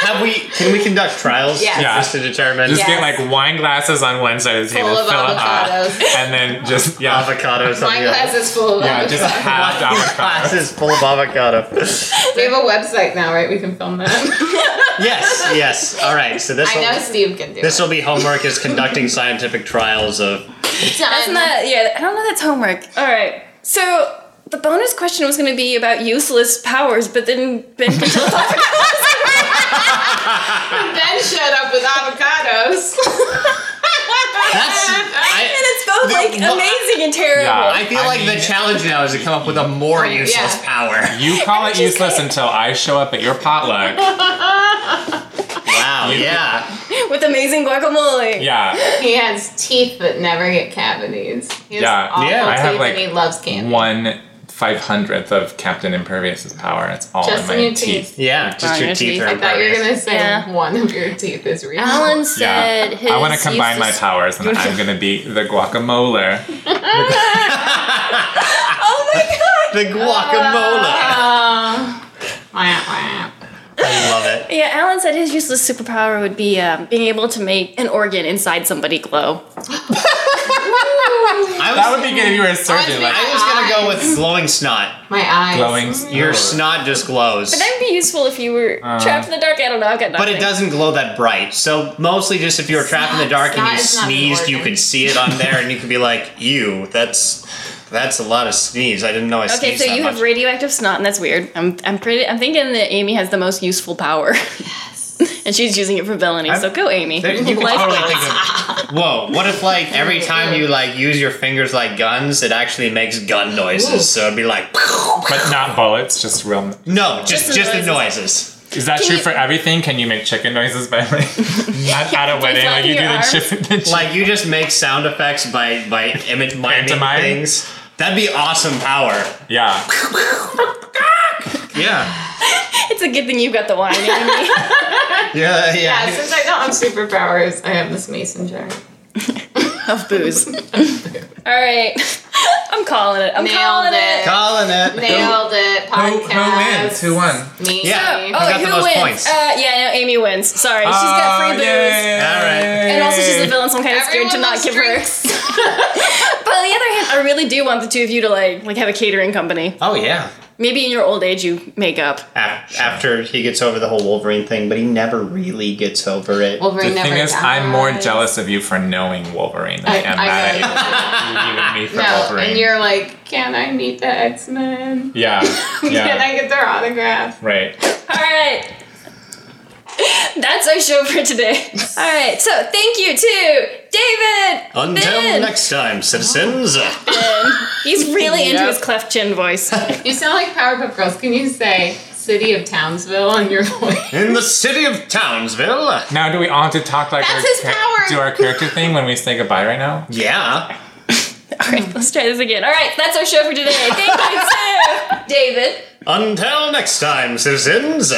G: Have we can we conduct trials
C: Yes.
F: Yeah.
G: just to determine
F: Just
C: Yes.
F: get like wine glasses on one side of the table,
C: Full of
F: fill it up,
C: avocados.
F: and then just yeah,
G: avocados on
C: My
G: the
C: glass
G: other?
C: is full of
F: yeah,
C: avocados.
F: just half avocados.
G: Glass is full of avocado.
C: We have a website now, right? We can film that.
G: yes, yes. All right, so this
C: I know
G: will
C: Steve can do
G: this
C: it.
G: will be homework is conducting scientific trials of
E: That's not, yeah, I don't know that's homework. All right. So the bonus question was going to be about useless powers, but then Ben can tell
C: Ben showed up with avocados.
G: That's-
E: And
G: I,
E: it's both like
G: well,
E: amazing and terrible.
F: Yeah.
G: I feel like the challenge now is to come up with a more useless
C: Oh, Yeah.
G: power.
F: You call it useless until I show up at your potluck.
G: Wow, yeah.
E: With amazing guacamole.
F: Yeah,
C: he has teeth that never get cavities. He has
F: Yeah.
C: awful
G: Yeah.
C: teeth
G: I
F: have, like,
C: and he loves candy.
F: one five hundredth of Captain Impervious's power, and it's all
C: Just
F: in
C: in
F: my
C: your
F: teeth.
C: teeth.
G: Yeah, just
E: Fine,
G: your
E: your
G: teeth
E: teeth.
G: are
E: I
C: I thought you were
G: impervious.
C: gonna say
E: Yeah.
C: one of your teeth is real.
E: Alan
F: Yeah,
E: said his.
F: I want to combine my
E: useless-
F: powers, and I'm gonna be the guacamole.
E: Oh my god!
G: The guacamole.
C: Uh, wah, wah.
G: I love it.
E: Yeah, Alan said his useless superpower would be um, being able to make an organ inside somebody glow.
G: I was,
F: That would be good if you were a surgeon,
C: Reminds
F: like
C: me-
G: I was gonna go
C: Ah.
G: with glowing snot.
C: my eyes.
F: glowing.
G: Your snot just glows.
E: But that'd be useful if you were
F: Uh,
E: trapped in the dark. I don't know. I've got nothing.
G: But it doesn't glow that bright. So mostly just if you were trapped in the dark and you
C: snot is not an
G: sneezed, you
C: organ.
G: could see it on there and you could be like, ew, that's that's a lot of sneeze. I didn't know I
E: Okay,
G: sneezed
E: so
G: that
E: you
G: much.
E: have radioactive snot, and that's weird. I'm, I'm pretty. I'm thinking that Amy has the most useful power. and she's using it for villainy. so go, Amy.
G: There- you can
E: Life
G: totally
E: goals.
G: think of. Whoa! What if like every time you like use your fingers like guns, it actually makes gun noises? So it'd be like,
F: but not bullets, just real.
G: no, just
E: the
G: just the
E: noises.
G: noises.
F: Is that
E: Can
F: true
E: you-
F: for everything? Can you make chicken noises by like at, at a wedding, like
E: flapping
F: you do
E: your
F: the
E: arms?
F: chicken? The chicken.
G: Like you just make sound effects by by image miming
F: Pantomime?
G: things. That'd be awesome power.
F: yeah,
G: Yeah.
E: It's a good thing you got the wine, Amy.
G: Yeah.
C: Yeah, since I don't have superpowers, I have this mason jar.
E: of booze. All right, I'm calling it. I'm
C: Nailed
E: calling
C: it.
E: it.
G: Calling it.
C: Nailed it.
F: who
C: Podcast.
F: wins? Who won?
C: Me.
G: Yeah.
E: Oh,
G: I got the
E: who
G: most
E: wins?
G: points. Ah,
E: Uh, yeah, no, Amy wins. Sorry, she's got free
F: Oh,
E: booze.
F: yay.
G: All right.
E: And also, she's a villain, so I'm kind of scared to
C: Everyone
E: not
C: loves
E: give
C: drinks.
E: her. but on the other hand, I really do want the two of you to like like have a catering company.
G: Oh yeah.
E: Maybe in your old age, you make up.
G: Af- After he gets over the whole Wolverine thing, but he never really gets over it.
C: Wolverine
F: The
C: never
F: thing is,
C: dies.
F: I'm more jealous of you for knowing Wolverine than I,
C: I-
F: am
C: I
F: mad
C: know
F: at you. you and me for
C: No,
F: Wolverine.
C: and you're like, can I meet the X Men?
F: yeah,
C: Can
F: yeah,
C: I get their autograph?
F: right.
E: All right. That's our show for today. All right, so thank you to David.
G: Until
E: Ben.
G: next time, citizens.
E: He's really into
C: Yep.
E: his cleft chin voice.
C: You sound like Powerpuff Girls. Can you say City of Townsville in your voice?
G: In the city of Townsville.
F: Now, do we all have to talk like
C: That's
F: our
C: his
F: char-
C: power.
F: do our character thing when we say goodbye right now?
G: Yeah.
E: All right, let's try this again. All right, that's our show for today. Thank you to David,
G: Until next time, citizens.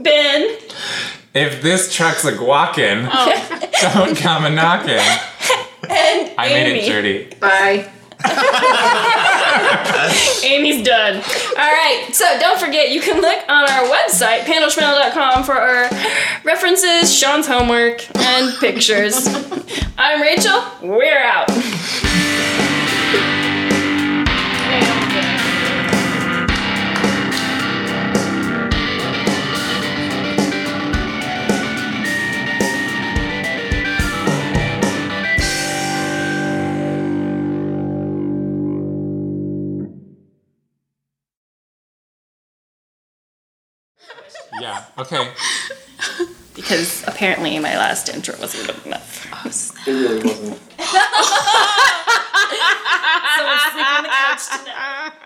E: Ben,
C: Oh.
F: If this truck's a guakin', Don't come a knocking.
E: And
F: I
E: Amy.
F: made it dirty.
C: Bye.
E: Amy's done. All right, so don't forget you can look on our website, panelschmannel.com, for our references, Sean's homework, and pictures. I'm Rachel. We're out.
F: Yeah. Okay.
E: Because apparently my last intro wasn't good enough.
D: It really wasn't.
E: Someone's sleeping on the couch tonight.